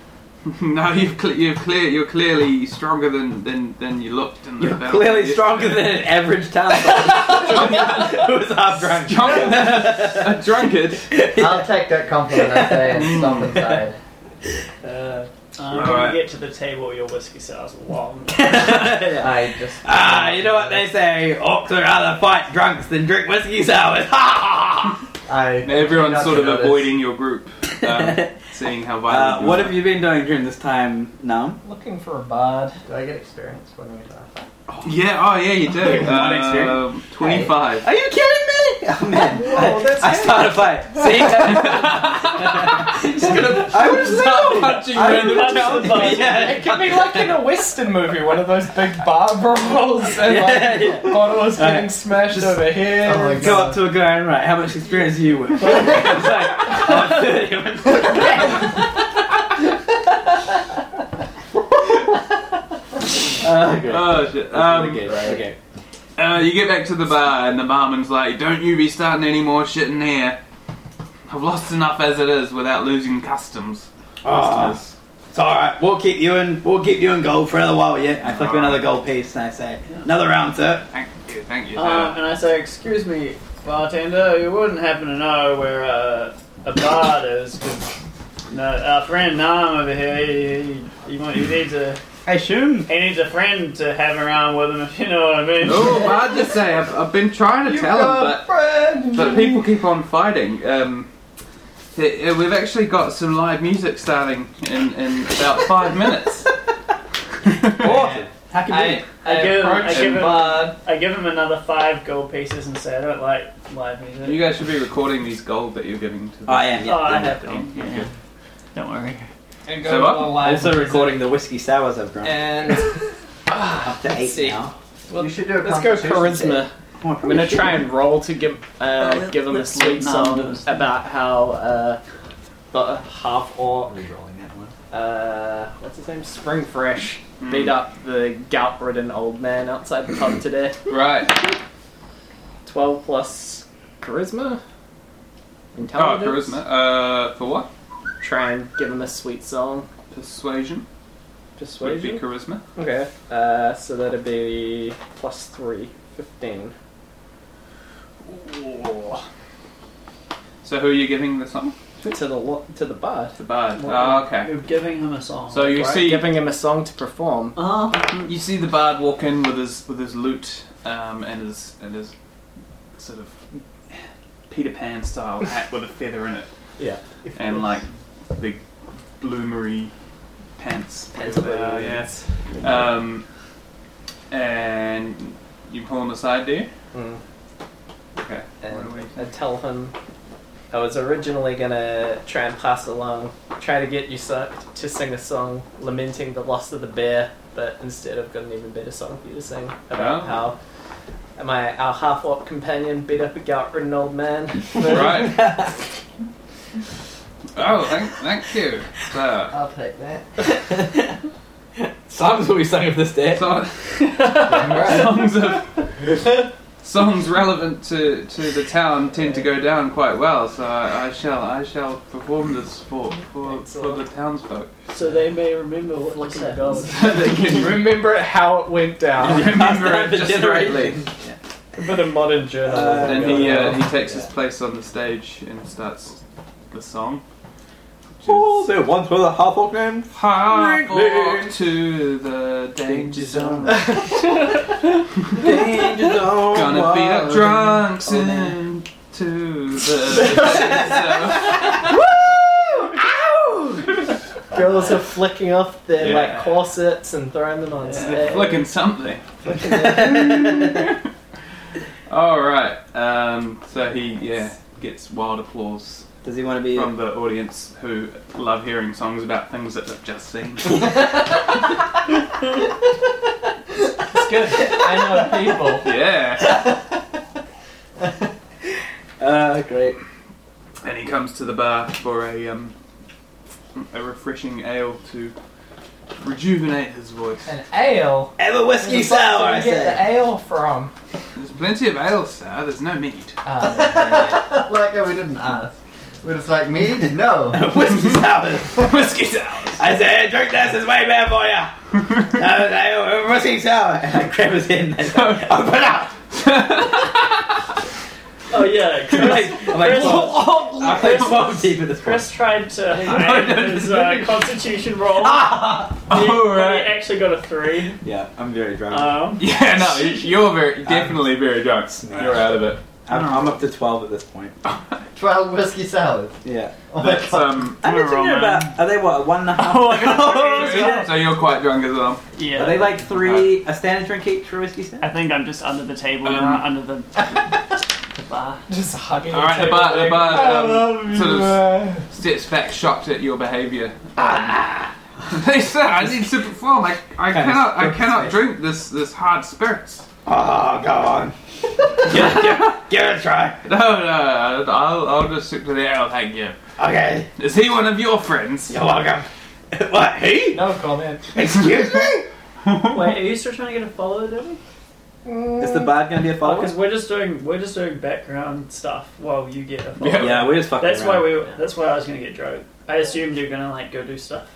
[SPEAKER 6] no, you've cle you've clear you're clearly stronger than than, than you looked. In the
[SPEAKER 5] You're
[SPEAKER 6] battle
[SPEAKER 5] clearly
[SPEAKER 6] yesterday.
[SPEAKER 5] stronger than an average town who was half drunk.
[SPEAKER 6] Stronger than a drunkard.
[SPEAKER 2] I'll take that compliment, I say, and stomp inside.
[SPEAKER 3] Uh, um,
[SPEAKER 6] Right.
[SPEAKER 3] When you get to the table, your whiskey sours long.
[SPEAKER 5] Yeah.
[SPEAKER 2] I just.
[SPEAKER 5] Ah, you know what they say: orcs would rather fight drunks than drink whiskey sours. Ha ha
[SPEAKER 2] I
[SPEAKER 6] Everyone's
[SPEAKER 2] Not
[SPEAKER 6] sort of
[SPEAKER 2] to notice.
[SPEAKER 6] avoiding your group, um, seeing how
[SPEAKER 5] ha!
[SPEAKER 6] violent.
[SPEAKER 5] Uh, What
[SPEAKER 6] are.
[SPEAKER 5] have you been doing during this time, Nam?
[SPEAKER 3] Looking for a bard.
[SPEAKER 2] Do I get experience when we laugh?
[SPEAKER 6] Yeah. Oh, yeah. You do.
[SPEAKER 5] Not
[SPEAKER 6] Uh,
[SPEAKER 5] experienced.
[SPEAKER 6] Twenty-five.
[SPEAKER 5] Are you kidding me? Oh man,
[SPEAKER 3] Whoa, that's
[SPEAKER 5] I started a fight. See,
[SPEAKER 6] Just gonna
[SPEAKER 5] I was
[SPEAKER 6] start punching random
[SPEAKER 3] Punch the bard.
[SPEAKER 5] Yeah.
[SPEAKER 9] It could be like in a Western movie, one of those big bar brawls, and
[SPEAKER 5] Yeah,
[SPEAKER 9] like
[SPEAKER 5] yeah.
[SPEAKER 9] bottles
[SPEAKER 5] Alright.
[SPEAKER 9] getting smashed over here.
[SPEAKER 10] Oh my
[SPEAKER 5] Go up to a guy and right. How much experience do you with? It's like, "Oh, 30." I'm like, okay.
[SPEAKER 6] Oh shit. Um,
[SPEAKER 5] okay, right, okay.
[SPEAKER 6] Uh, you get back to the bar, and the barman's like, "Don't you be starting any more shit in here. I've lost enough as it is without losing customs."
[SPEAKER 5] Oh, it's all right. We'll keep you in. We'll keep you in gold for another while. Yeah. I flip you another gold piece and I say, another round, sir.
[SPEAKER 6] Thank you, thank you.
[SPEAKER 3] Uh,
[SPEAKER 6] sir.
[SPEAKER 3] and I say, excuse me, bartender, you wouldn't happen to know where uh, a bard is, 'cause, no, our friend Nam over here, he, he, he, want- he needs a
[SPEAKER 5] I assume.
[SPEAKER 3] he needs a friend to have around with him, if you know what I mean.
[SPEAKER 6] oh, but I just say I've, I've been trying to tell him, but but people keep on fighting. Um, eh, eh, we've actually got some live music starting in, in about five minutes.
[SPEAKER 5] Awesome. How can you?
[SPEAKER 2] I, I,
[SPEAKER 3] I give him- I
[SPEAKER 2] approach
[SPEAKER 3] give
[SPEAKER 2] him,
[SPEAKER 3] him-
[SPEAKER 11] Uh,
[SPEAKER 2] Bob.
[SPEAKER 3] I give him another five gold pieces and say, I don't like live music.
[SPEAKER 6] You guys should be recording these gold that you're giving to.
[SPEAKER 5] Oh,
[SPEAKER 6] The-
[SPEAKER 5] I am.
[SPEAKER 3] oh,
[SPEAKER 5] Yeah.
[SPEAKER 3] I
[SPEAKER 6] yeah,
[SPEAKER 3] have
[SPEAKER 6] yeah,
[SPEAKER 3] them.
[SPEAKER 6] yeah.
[SPEAKER 3] Yeah. Don't worry.
[SPEAKER 9] And
[SPEAKER 6] So
[SPEAKER 9] go
[SPEAKER 6] what?
[SPEAKER 9] to the
[SPEAKER 5] I'm
[SPEAKER 9] live.
[SPEAKER 5] also recording the whiskey sours I've drunk.
[SPEAKER 9] And
[SPEAKER 4] ah,
[SPEAKER 5] Up to eight
[SPEAKER 9] let's see.
[SPEAKER 5] now.
[SPEAKER 9] well,
[SPEAKER 2] you should do a
[SPEAKER 4] Let's go
[SPEAKER 2] constitution
[SPEAKER 4] charisma.
[SPEAKER 5] Oh,
[SPEAKER 4] I'm gonna try and roll to give uh, give him a sweet song about how uh, the half orc
[SPEAKER 5] Rerolling that one. Hmm.
[SPEAKER 4] uh, what's his name Spring Fresh beat up the gout ridden old man outside the pub today.
[SPEAKER 6] right.
[SPEAKER 4] Twelve plus charisma.
[SPEAKER 6] Oh,
[SPEAKER 4] Intelligence.
[SPEAKER 6] charisma. Uh, for what?
[SPEAKER 4] Try and give him a sweet song.
[SPEAKER 6] Persuasion. Would it be
[SPEAKER 4] Persuasion.
[SPEAKER 6] charisma?
[SPEAKER 4] Okay. Uh, so that'd be plus three. Fifteen.
[SPEAKER 6] So who are you giving the song?
[SPEAKER 4] To the lo- to the bard.
[SPEAKER 6] The bard. Oh, okay.
[SPEAKER 3] You're giving him a song.
[SPEAKER 6] So you
[SPEAKER 4] Right,
[SPEAKER 6] see,
[SPEAKER 4] giving him a song to perform.
[SPEAKER 3] oh,
[SPEAKER 6] you see the bard walk in with his with his lute um, and his and his sort of Peter Pan style hat with a feather in it.
[SPEAKER 4] Yeah.
[SPEAKER 6] And like big bloomery pants.
[SPEAKER 4] Pants
[SPEAKER 6] whatever
[SPEAKER 4] are
[SPEAKER 6] they are, yeah. Um, and you pull him aside, do you?
[SPEAKER 4] Mm.
[SPEAKER 6] Okay. What do
[SPEAKER 4] and
[SPEAKER 6] we-
[SPEAKER 4] I tell him I was originally gonna try and pass along, try to get you so- to sing a song lamenting the loss of the bear, but instead I've got an even better song for you to sing about
[SPEAKER 6] Oh.
[SPEAKER 4] how my our half orc companion beat up a gout ridden old man.
[SPEAKER 6] Right. oh, thank, thank you. sir.
[SPEAKER 2] I'll take that.
[SPEAKER 5] Songs will be sung of this day.
[SPEAKER 6] So, songs of songs relevant to, to the town tend to go down quite well. So I, I shall I shall perform this for for, for the townsfolk.
[SPEAKER 3] So they may remember what was
[SPEAKER 7] Looking at
[SPEAKER 3] happened.
[SPEAKER 6] they can
[SPEAKER 4] Remember how it went down.
[SPEAKER 6] remember it just rightly.
[SPEAKER 7] A bit of modern journalism.
[SPEAKER 6] And he
[SPEAKER 7] going
[SPEAKER 6] uh,
[SPEAKER 7] on.
[SPEAKER 6] he takes his place on the stage and starts the song. which
[SPEAKER 5] Oh,
[SPEAKER 6] is-
[SPEAKER 5] there once was a half orc named.
[SPEAKER 6] Half
[SPEAKER 5] Ring, ring.
[SPEAKER 6] to the danger zone.
[SPEAKER 5] Danger Zone.
[SPEAKER 6] Gonna beat up
[SPEAKER 5] Wild.
[SPEAKER 6] drunks
[SPEAKER 5] Oh, man.
[SPEAKER 6] into the
[SPEAKER 7] Girls are flicking off their
[SPEAKER 6] Yeah.
[SPEAKER 7] like corsets and throwing them on
[SPEAKER 6] danger
[SPEAKER 7] stage.
[SPEAKER 6] zone. Looking something. All right. Um, so he yeah gets wild applause
[SPEAKER 5] Does he want to be?
[SPEAKER 6] from the audience who love hearing songs about things that they've just seen.
[SPEAKER 7] It's good. I know people.
[SPEAKER 6] yeah.
[SPEAKER 5] Ah, great.
[SPEAKER 6] And he comes to the bar for a um, a refreshing ale to rejuvenate his voice.
[SPEAKER 11] An ale?
[SPEAKER 5] Have a
[SPEAKER 11] Where
[SPEAKER 5] whiskey
[SPEAKER 11] the fuck
[SPEAKER 5] sour,
[SPEAKER 11] do
[SPEAKER 5] I
[SPEAKER 11] you get the
[SPEAKER 5] say.
[SPEAKER 11] ale from?
[SPEAKER 6] There's plenty of ale, sir. There's no mead.
[SPEAKER 2] Uh,
[SPEAKER 11] Um,
[SPEAKER 2] like we didn't ask. We're just like me? No.
[SPEAKER 5] whiskey sour.
[SPEAKER 6] Whiskey sour.
[SPEAKER 5] I say, "Hey, drink this. It's way bad for you. I, I, whiskey sour. And I grab his hand. And I say, Open up.
[SPEAKER 3] Oh yeah,
[SPEAKER 5] I'm
[SPEAKER 3] Chris,
[SPEAKER 5] like, I'm like,
[SPEAKER 3] Chris-
[SPEAKER 5] "Whoa." I play twelve deep at this point.
[SPEAKER 3] Chris tried to hide
[SPEAKER 6] no, no,
[SPEAKER 3] his
[SPEAKER 6] no.
[SPEAKER 3] uh, constitution roll. He,
[SPEAKER 6] Oh, right.
[SPEAKER 3] he actually got a three.
[SPEAKER 5] Yeah, I'm very drunk.
[SPEAKER 3] Um,
[SPEAKER 6] Yeah, no, you- you're very definitely very drunk. You're out of it.
[SPEAKER 5] I'm, I'm up to twelve at this point.
[SPEAKER 2] 12 whiskey sours.
[SPEAKER 5] Yeah.
[SPEAKER 2] Oh my
[SPEAKER 6] That's
[SPEAKER 2] god.
[SPEAKER 6] um.
[SPEAKER 5] I'm
[SPEAKER 6] we're wrong,
[SPEAKER 5] thinking
[SPEAKER 6] man.
[SPEAKER 5] about. Are they what? One and a half?
[SPEAKER 3] Oh, I got
[SPEAKER 5] Oh, yeah.
[SPEAKER 6] So you're quite drunk as well.
[SPEAKER 3] yeah,
[SPEAKER 5] Are they like three a standard drink each for whiskey
[SPEAKER 3] I
[SPEAKER 5] sour?
[SPEAKER 3] think I'm just under the table,
[SPEAKER 6] Um,
[SPEAKER 3] now, under the, the bar.
[SPEAKER 4] Just hugging.
[SPEAKER 6] All right, the
[SPEAKER 4] table
[SPEAKER 6] bar- the
[SPEAKER 4] leg.
[SPEAKER 6] bar,
[SPEAKER 4] I
[SPEAKER 6] um,
[SPEAKER 4] love you,
[SPEAKER 6] sort
[SPEAKER 2] Mm.
[SPEAKER 6] of-
[SPEAKER 4] man.
[SPEAKER 6] Steps back, shocked at your behaviour. Hey sir, I need to perform. I, I cannot I cannot drink this this hard spirits.
[SPEAKER 5] Oh, go on. give, give, give it a try.
[SPEAKER 6] No, no, I'll, I'll just stick to the ale, thank you.
[SPEAKER 5] Okay,
[SPEAKER 6] Is he one of your friends?
[SPEAKER 5] you're welcome. What? He?
[SPEAKER 4] No comment.
[SPEAKER 5] Excuse me?
[SPEAKER 3] Wait, are you still trying to get a follow, Debbie?
[SPEAKER 5] Is the bard gonna be a follower?
[SPEAKER 3] Because we're just doing we're just doing background stuff while you get a follow.
[SPEAKER 6] Yeah.
[SPEAKER 5] Yeah, we're just fucking.
[SPEAKER 3] That's why
[SPEAKER 5] around.
[SPEAKER 3] we. That's why I was gonna get drunk. I assumed you're gonna like go do stuff.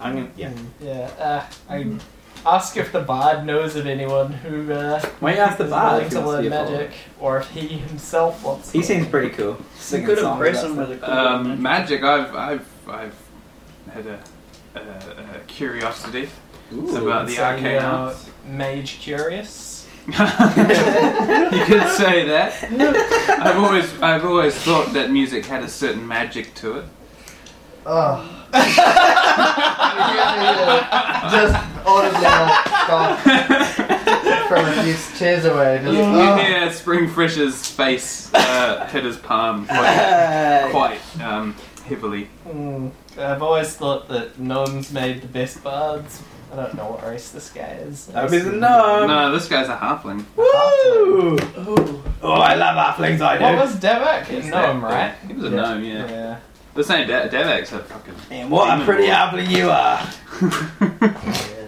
[SPEAKER 5] I'm gonna. Yeah.
[SPEAKER 4] Yeah. Uh, I ask if the bard knows of anyone who uh,
[SPEAKER 5] Why don't you ask the
[SPEAKER 4] is
[SPEAKER 5] bard
[SPEAKER 4] willing
[SPEAKER 5] if he
[SPEAKER 4] to
[SPEAKER 5] wants to be
[SPEAKER 4] learn
[SPEAKER 5] a follower?
[SPEAKER 4] magic, or if he himself wants.
[SPEAKER 5] He
[SPEAKER 4] to.
[SPEAKER 5] seems pretty cool.
[SPEAKER 3] You
[SPEAKER 5] Singing
[SPEAKER 3] could
[SPEAKER 5] songs
[SPEAKER 3] impress
[SPEAKER 5] about
[SPEAKER 3] him
[SPEAKER 5] stuff.
[SPEAKER 3] with a cool
[SPEAKER 6] Um, magic. I've I've I've had a, a, a curiosity about the
[SPEAKER 4] So,
[SPEAKER 6] arcane
[SPEAKER 4] you know,
[SPEAKER 6] arts.
[SPEAKER 4] mage curious.
[SPEAKER 6] you could say that. I've always I've always thought that music had a certain magic to it.
[SPEAKER 2] Oh. just audibly gone from a few chairs away. Just,
[SPEAKER 6] You, you
[SPEAKER 2] oh.
[SPEAKER 6] hear Spring Fresh's face uh, hit his palm quite, quite um, heavily.
[SPEAKER 5] Hmm.
[SPEAKER 4] Mm, I've always thought that gnomes made the best bards. I don't know what race this guy is.
[SPEAKER 5] That would be the gnome.
[SPEAKER 6] no, this guy's a halfling.
[SPEAKER 5] Woo! Oh, I love halflings, I do.
[SPEAKER 4] What was Devak? A
[SPEAKER 6] He's
[SPEAKER 4] gnome,
[SPEAKER 6] that-
[SPEAKER 4] right?
[SPEAKER 6] He was a gnome, yeah.
[SPEAKER 4] Yeah.
[SPEAKER 6] This ain't da- Davak's a fucking.
[SPEAKER 5] and what a pretty halfling you are.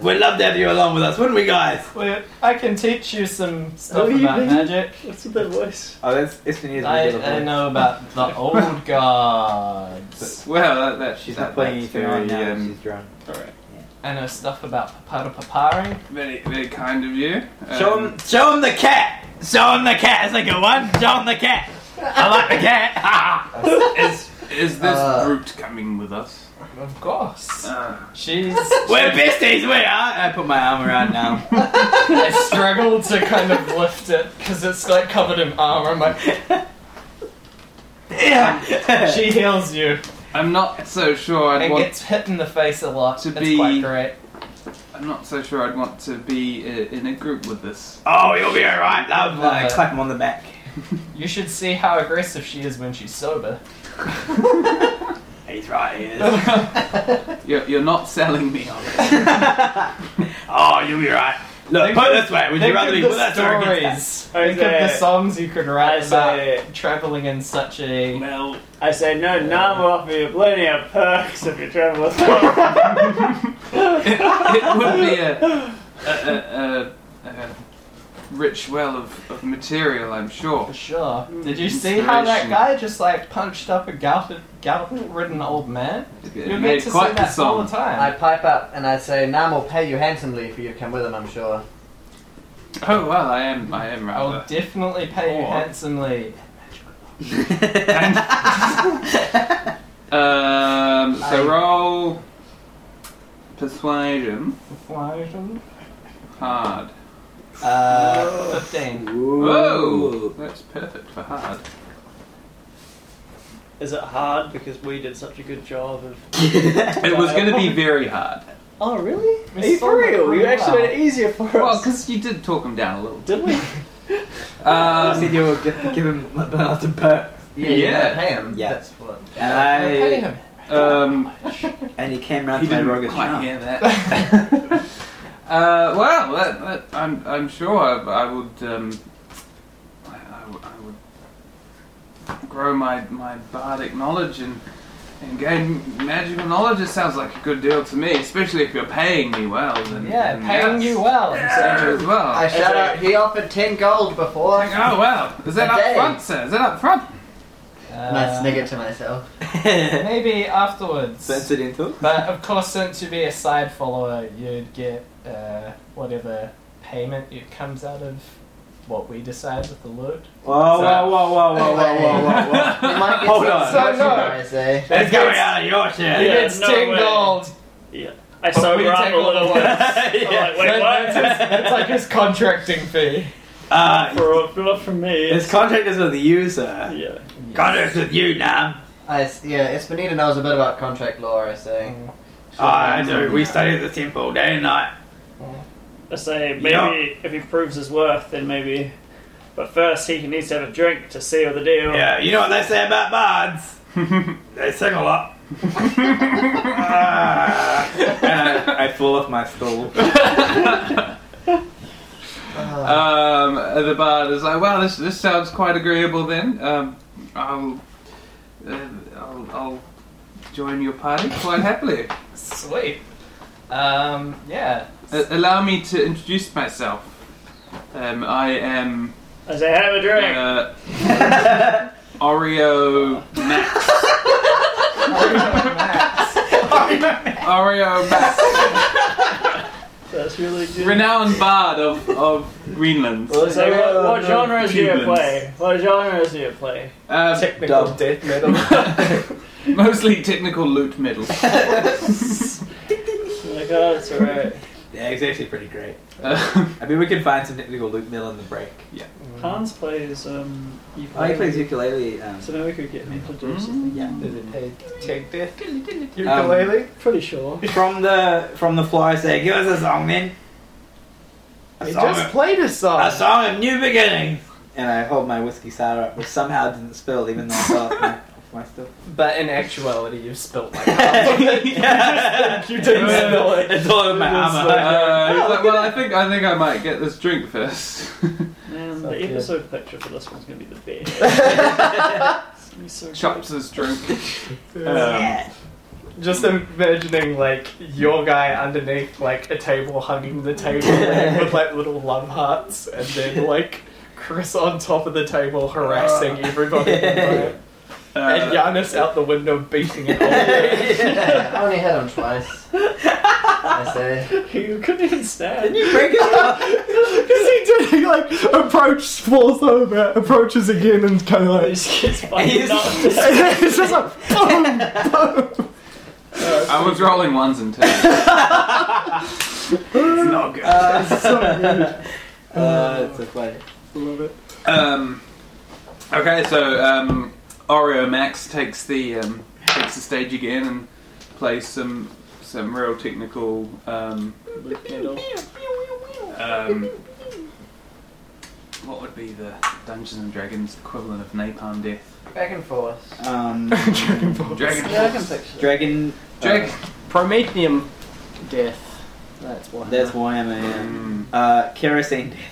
[SPEAKER 5] We'd love to have you along with us, wouldn't we, guys?
[SPEAKER 4] Well, I can teach you some
[SPEAKER 3] Oh,
[SPEAKER 4] stuff
[SPEAKER 3] you
[SPEAKER 4] about
[SPEAKER 3] think-
[SPEAKER 4] magic.
[SPEAKER 3] What's with that voice?
[SPEAKER 5] Oh, that's Estonia's
[SPEAKER 4] I, I know about the old gods.
[SPEAKER 6] well, that, that
[SPEAKER 5] She's
[SPEAKER 6] that,
[SPEAKER 5] not playing
[SPEAKER 6] that's
[SPEAKER 5] anything
[SPEAKER 6] very,
[SPEAKER 5] on now.
[SPEAKER 6] Um,
[SPEAKER 5] she's drunk.
[SPEAKER 4] I know stuff about papara paparing.
[SPEAKER 6] very, very kind of you. Um,
[SPEAKER 5] Show him, show him the cat. Show him the cat. It's like a one. Show him the cat. I like the cat.
[SPEAKER 6] Is, is this
[SPEAKER 2] Uh.
[SPEAKER 6] Groot coming with us?
[SPEAKER 4] Of course.
[SPEAKER 6] Uh,
[SPEAKER 4] She's.
[SPEAKER 5] We're besties. We are. I put my arm around now.
[SPEAKER 4] I struggle to kind of lift it because it's like covered in armor. I'm like,
[SPEAKER 5] yeah.
[SPEAKER 4] she heals you
[SPEAKER 6] I'm not so sure. I'd
[SPEAKER 4] and
[SPEAKER 6] want.
[SPEAKER 4] gets hit in the face a lot.
[SPEAKER 6] To
[SPEAKER 4] it's
[SPEAKER 6] be-
[SPEAKER 4] quite great.
[SPEAKER 6] I'm not so sure. I'd want to be i in a group with this.
[SPEAKER 5] oh, you'll be alright. Love. I clap him on the back.
[SPEAKER 4] You should see how aggressive she is when she's sober.
[SPEAKER 5] He's right. He is.
[SPEAKER 6] You're, you're not selling me on it.
[SPEAKER 5] oh, you'll be right. Look,
[SPEAKER 4] Think
[SPEAKER 5] put
[SPEAKER 4] of-
[SPEAKER 5] it this way. Would you
[SPEAKER 4] Think
[SPEAKER 5] rather
[SPEAKER 4] of
[SPEAKER 5] be
[SPEAKER 4] the
[SPEAKER 5] with us or against us?
[SPEAKER 4] stories. Think of the
[SPEAKER 3] Okay.
[SPEAKER 4] songs you could
[SPEAKER 3] I
[SPEAKER 4] write about
[SPEAKER 3] say,
[SPEAKER 4] traveling in such a
[SPEAKER 6] Well,
[SPEAKER 3] I say no. None will offer you plenty of perks if you travel. alone."
[SPEAKER 6] it would be a, a, a, a, a rich well of, of material, I'm sure.
[SPEAKER 4] For sure. Did you see how that
[SPEAKER 6] Inspiration.
[SPEAKER 4] guy just like punched up a gout- gout-ridden old man?
[SPEAKER 6] It
[SPEAKER 4] You're meant
[SPEAKER 6] made
[SPEAKER 4] to
[SPEAKER 6] quite
[SPEAKER 4] say
[SPEAKER 6] the
[SPEAKER 4] that all
[SPEAKER 6] song.
[SPEAKER 4] the time.
[SPEAKER 2] I pipe up and I say, Nam will pay you handsomely if you come with him, I'm sure.
[SPEAKER 6] Oh well, I am. I am
[SPEAKER 4] I will
[SPEAKER 6] rather.
[SPEAKER 4] definitely pay you
[SPEAKER 6] Or-
[SPEAKER 4] handsomely.
[SPEAKER 6] Um, so
[SPEAKER 11] I-
[SPEAKER 6] roll persuasion hard.
[SPEAKER 4] Uh, 15.
[SPEAKER 6] Whoa, that's perfect for hard.
[SPEAKER 3] Is it hard because we did such a good job of.
[SPEAKER 6] It was going to be very hard.
[SPEAKER 3] Oh, really?
[SPEAKER 4] We
[SPEAKER 3] Are you for
[SPEAKER 4] solved it
[SPEAKER 3] real?
[SPEAKER 4] pretty
[SPEAKER 3] You actually
[SPEAKER 4] well.
[SPEAKER 3] made it easier for us.
[SPEAKER 6] Well, because you did talk him down a little.
[SPEAKER 3] did we?
[SPEAKER 5] I said
[SPEAKER 6] Um,
[SPEAKER 5] you were gonna give him a bit of perk.
[SPEAKER 11] Yeah, you
[SPEAKER 6] Yeah.
[SPEAKER 11] gotta pay him.
[SPEAKER 5] Yeah.
[SPEAKER 11] That's what.
[SPEAKER 5] And
[SPEAKER 4] Pay
[SPEAKER 5] I
[SPEAKER 4] him.
[SPEAKER 6] um,
[SPEAKER 5] and he came round
[SPEAKER 6] he
[SPEAKER 5] to my
[SPEAKER 6] didn't
[SPEAKER 5] rogue
[SPEAKER 6] quite hear that. Uh, well, that, that, I'm, I'm sure I, I would um, I, I would- I would grow my, my bardic knowledge and, and gain magical knowledge. It sounds like a good deal to me, especially if you're paying me well. Then,
[SPEAKER 4] Yeah,
[SPEAKER 6] then
[SPEAKER 4] paying
[SPEAKER 6] that's
[SPEAKER 4] you well.
[SPEAKER 6] better as well.
[SPEAKER 2] I shout out, he offered 10 gold before.
[SPEAKER 6] Like, oh wow, is that
[SPEAKER 2] A
[SPEAKER 6] up
[SPEAKER 2] day.
[SPEAKER 6] front, sir? Is that up front?
[SPEAKER 2] And I
[SPEAKER 4] Uh,
[SPEAKER 2] snigger to myself.
[SPEAKER 4] Maybe afterwards.
[SPEAKER 5] Incidental.
[SPEAKER 4] But of course, since you'd be a side follower, you'd get uh, whatever payment it comes out of what we decide with the loot.
[SPEAKER 5] Whoa, whoa, whoa, whoa, whoa, whoa, whoa, whoa,
[SPEAKER 2] You might get
[SPEAKER 5] Hold
[SPEAKER 2] some
[SPEAKER 5] on.
[SPEAKER 2] promotion,
[SPEAKER 4] So, no.
[SPEAKER 2] I say.
[SPEAKER 4] It's going out
[SPEAKER 5] of your shit.
[SPEAKER 4] He
[SPEAKER 3] Yeah,
[SPEAKER 4] gets
[SPEAKER 3] no
[SPEAKER 4] 10
[SPEAKER 3] way.
[SPEAKER 4] gold.
[SPEAKER 3] I
[SPEAKER 4] But we
[SPEAKER 3] sober up
[SPEAKER 4] take
[SPEAKER 3] a
[SPEAKER 4] all
[SPEAKER 3] little
[SPEAKER 4] the
[SPEAKER 3] bit.
[SPEAKER 4] words.
[SPEAKER 3] I'm like, wait,
[SPEAKER 4] It's,
[SPEAKER 3] what?
[SPEAKER 4] his- it's like his contracting fee.
[SPEAKER 3] Not
[SPEAKER 5] Uh,
[SPEAKER 3] for, not for me.
[SPEAKER 5] his contract is with you, sir.
[SPEAKER 3] yeah.
[SPEAKER 5] Contract's with you, Nam.
[SPEAKER 2] I s yeah, Espanita knows a bit about contract law, I say.
[SPEAKER 4] Mm.
[SPEAKER 5] Oh, I do. We study the temple day and night.
[SPEAKER 3] I say maybe
[SPEAKER 5] Yeah.
[SPEAKER 3] if he proves his worth, then maybe. But first, he needs to have a drink to seal the deal.
[SPEAKER 5] Yeah, you know what they say about bards? they sing a lot. Ah. and I, I fall off my stool.
[SPEAKER 2] Oh.
[SPEAKER 6] Um, the bard is like, "Wow, this this sounds quite agreeable." Then um, I'll, uh, I'll I'll join your party quite happily.
[SPEAKER 4] Sweet. Um, yeah.
[SPEAKER 6] Uh, allow me to introduce myself. Um, I am
[SPEAKER 3] I say, have a drink.
[SPEAKER 6] uh, Oreo Max. Oreo Max,
[SPEAKER 3] That's really good.
[SPEAKER 6] renowned bard of of Greenland.
[SPEAKER 3] so what, what genres do you
[SPEAKER 6] Cleveland.
[SPEAKER 3] play? What genres do you play?
[SPEAKER 6] Um,
[SPEAKER 7] Technical
[SPEAKER 5] Dumb.
[SPEAKER 7] death metal.
[SPEAKER 6] mostly technical loot metal.
[SPEAKER 3] Like, oh, it's alright.
[SPEAKER 5] Yeah, it's actually pretty great.
[SPEAKER 6] Uh,
[SPEAKER 5] I mean, we can find some technical loop mill in the break.
[SPEAKER 3] Hans plays um, ukulele.
[SPEAKER 5] Oh, he plays ukulele. Um,
[SPEAKER 3] So maybe we could get him to do
[SPEAKER 6] Mm.
[SPEAKER 3] something. Yeah.
[SPEAKER 7] Does it pay tech death?
[SPEAKER 5] Ukulele?
[SPEAKER 3] Pretty sure.
[SPEAKER 5] from the from the floor, I say, give us a song, then. A
[SPEAKER 7] He
[SPEAKER 5] song,
[SPEAKER 7] just played a song.
[SPEAKER 5] a song of new beginnings. And I hold my whiskey sour up, which somehow didn't spill, even though I fell off my, off my stool.
[SPEAKER 7] But in actuality, you've spilt like
[SPEAKER 5] you didn't spill it. It's all over my armor.
[SPEAKER 6] Uh, he's like, well, I think I think I might get this drink first.
[SPEAKER 3] Man,
[SPEAKER 7] Sounds
[SPEAKER 3] the
[SPEAKER 7] good.
[SPEAKER 3] episode picture for this one's gonna be the best. It's gonna be so good.
[SPEAKER 6] Chops his drink.
[SPEAKER 7] Just imagining like your guy underneath like a table hugging the table with like little love hearts, and then like Chris on top of the table harassing everybody, and
[SPEAKER 6] Uh,
[SPEAKER 7] Giannis out the window beating it all.
[SPEAKER 2] I only hit him twice. I say.
[SPEAKER 3] You couldn't even stand.
[SPEAKER 7] Because he did he like approach falls over, approaches again, and kind of like.
[SPEAKER 3] He just gets fucking
[SPEAKER 5] He's-
[SPEAKER 3] knocked out.
[SPEAKER 7] and then it's just like boom, boom.
[SPEAKER 6] I was rolling ones and twos.
[SPEAKER 5] it's not good. Uh, uh, it's so funny.
[SPEAKER 6] Um, okay, so um, Oreo Max takes the um, takes the stage again and plays some some real technical um, um, what would be the Dungeons and Dragons equivalent of napalm death?
[SPEAKER 11] Back and forth.
[SPEAKER 5] Um,
[SPEAKER 6] Dragon.
[SPEAKER 11] Yeah, I can picture that.
[SPEAKER 5] Dragon.
[SPEAKER 6] Drag-
[SPEAKER 7] Promethium death. That's what.
[SPEAKER 5] That's Warhammer, yeah.
[SPEAKER 6] Mm.
[SPEAKER 5] Uh, kerosene death.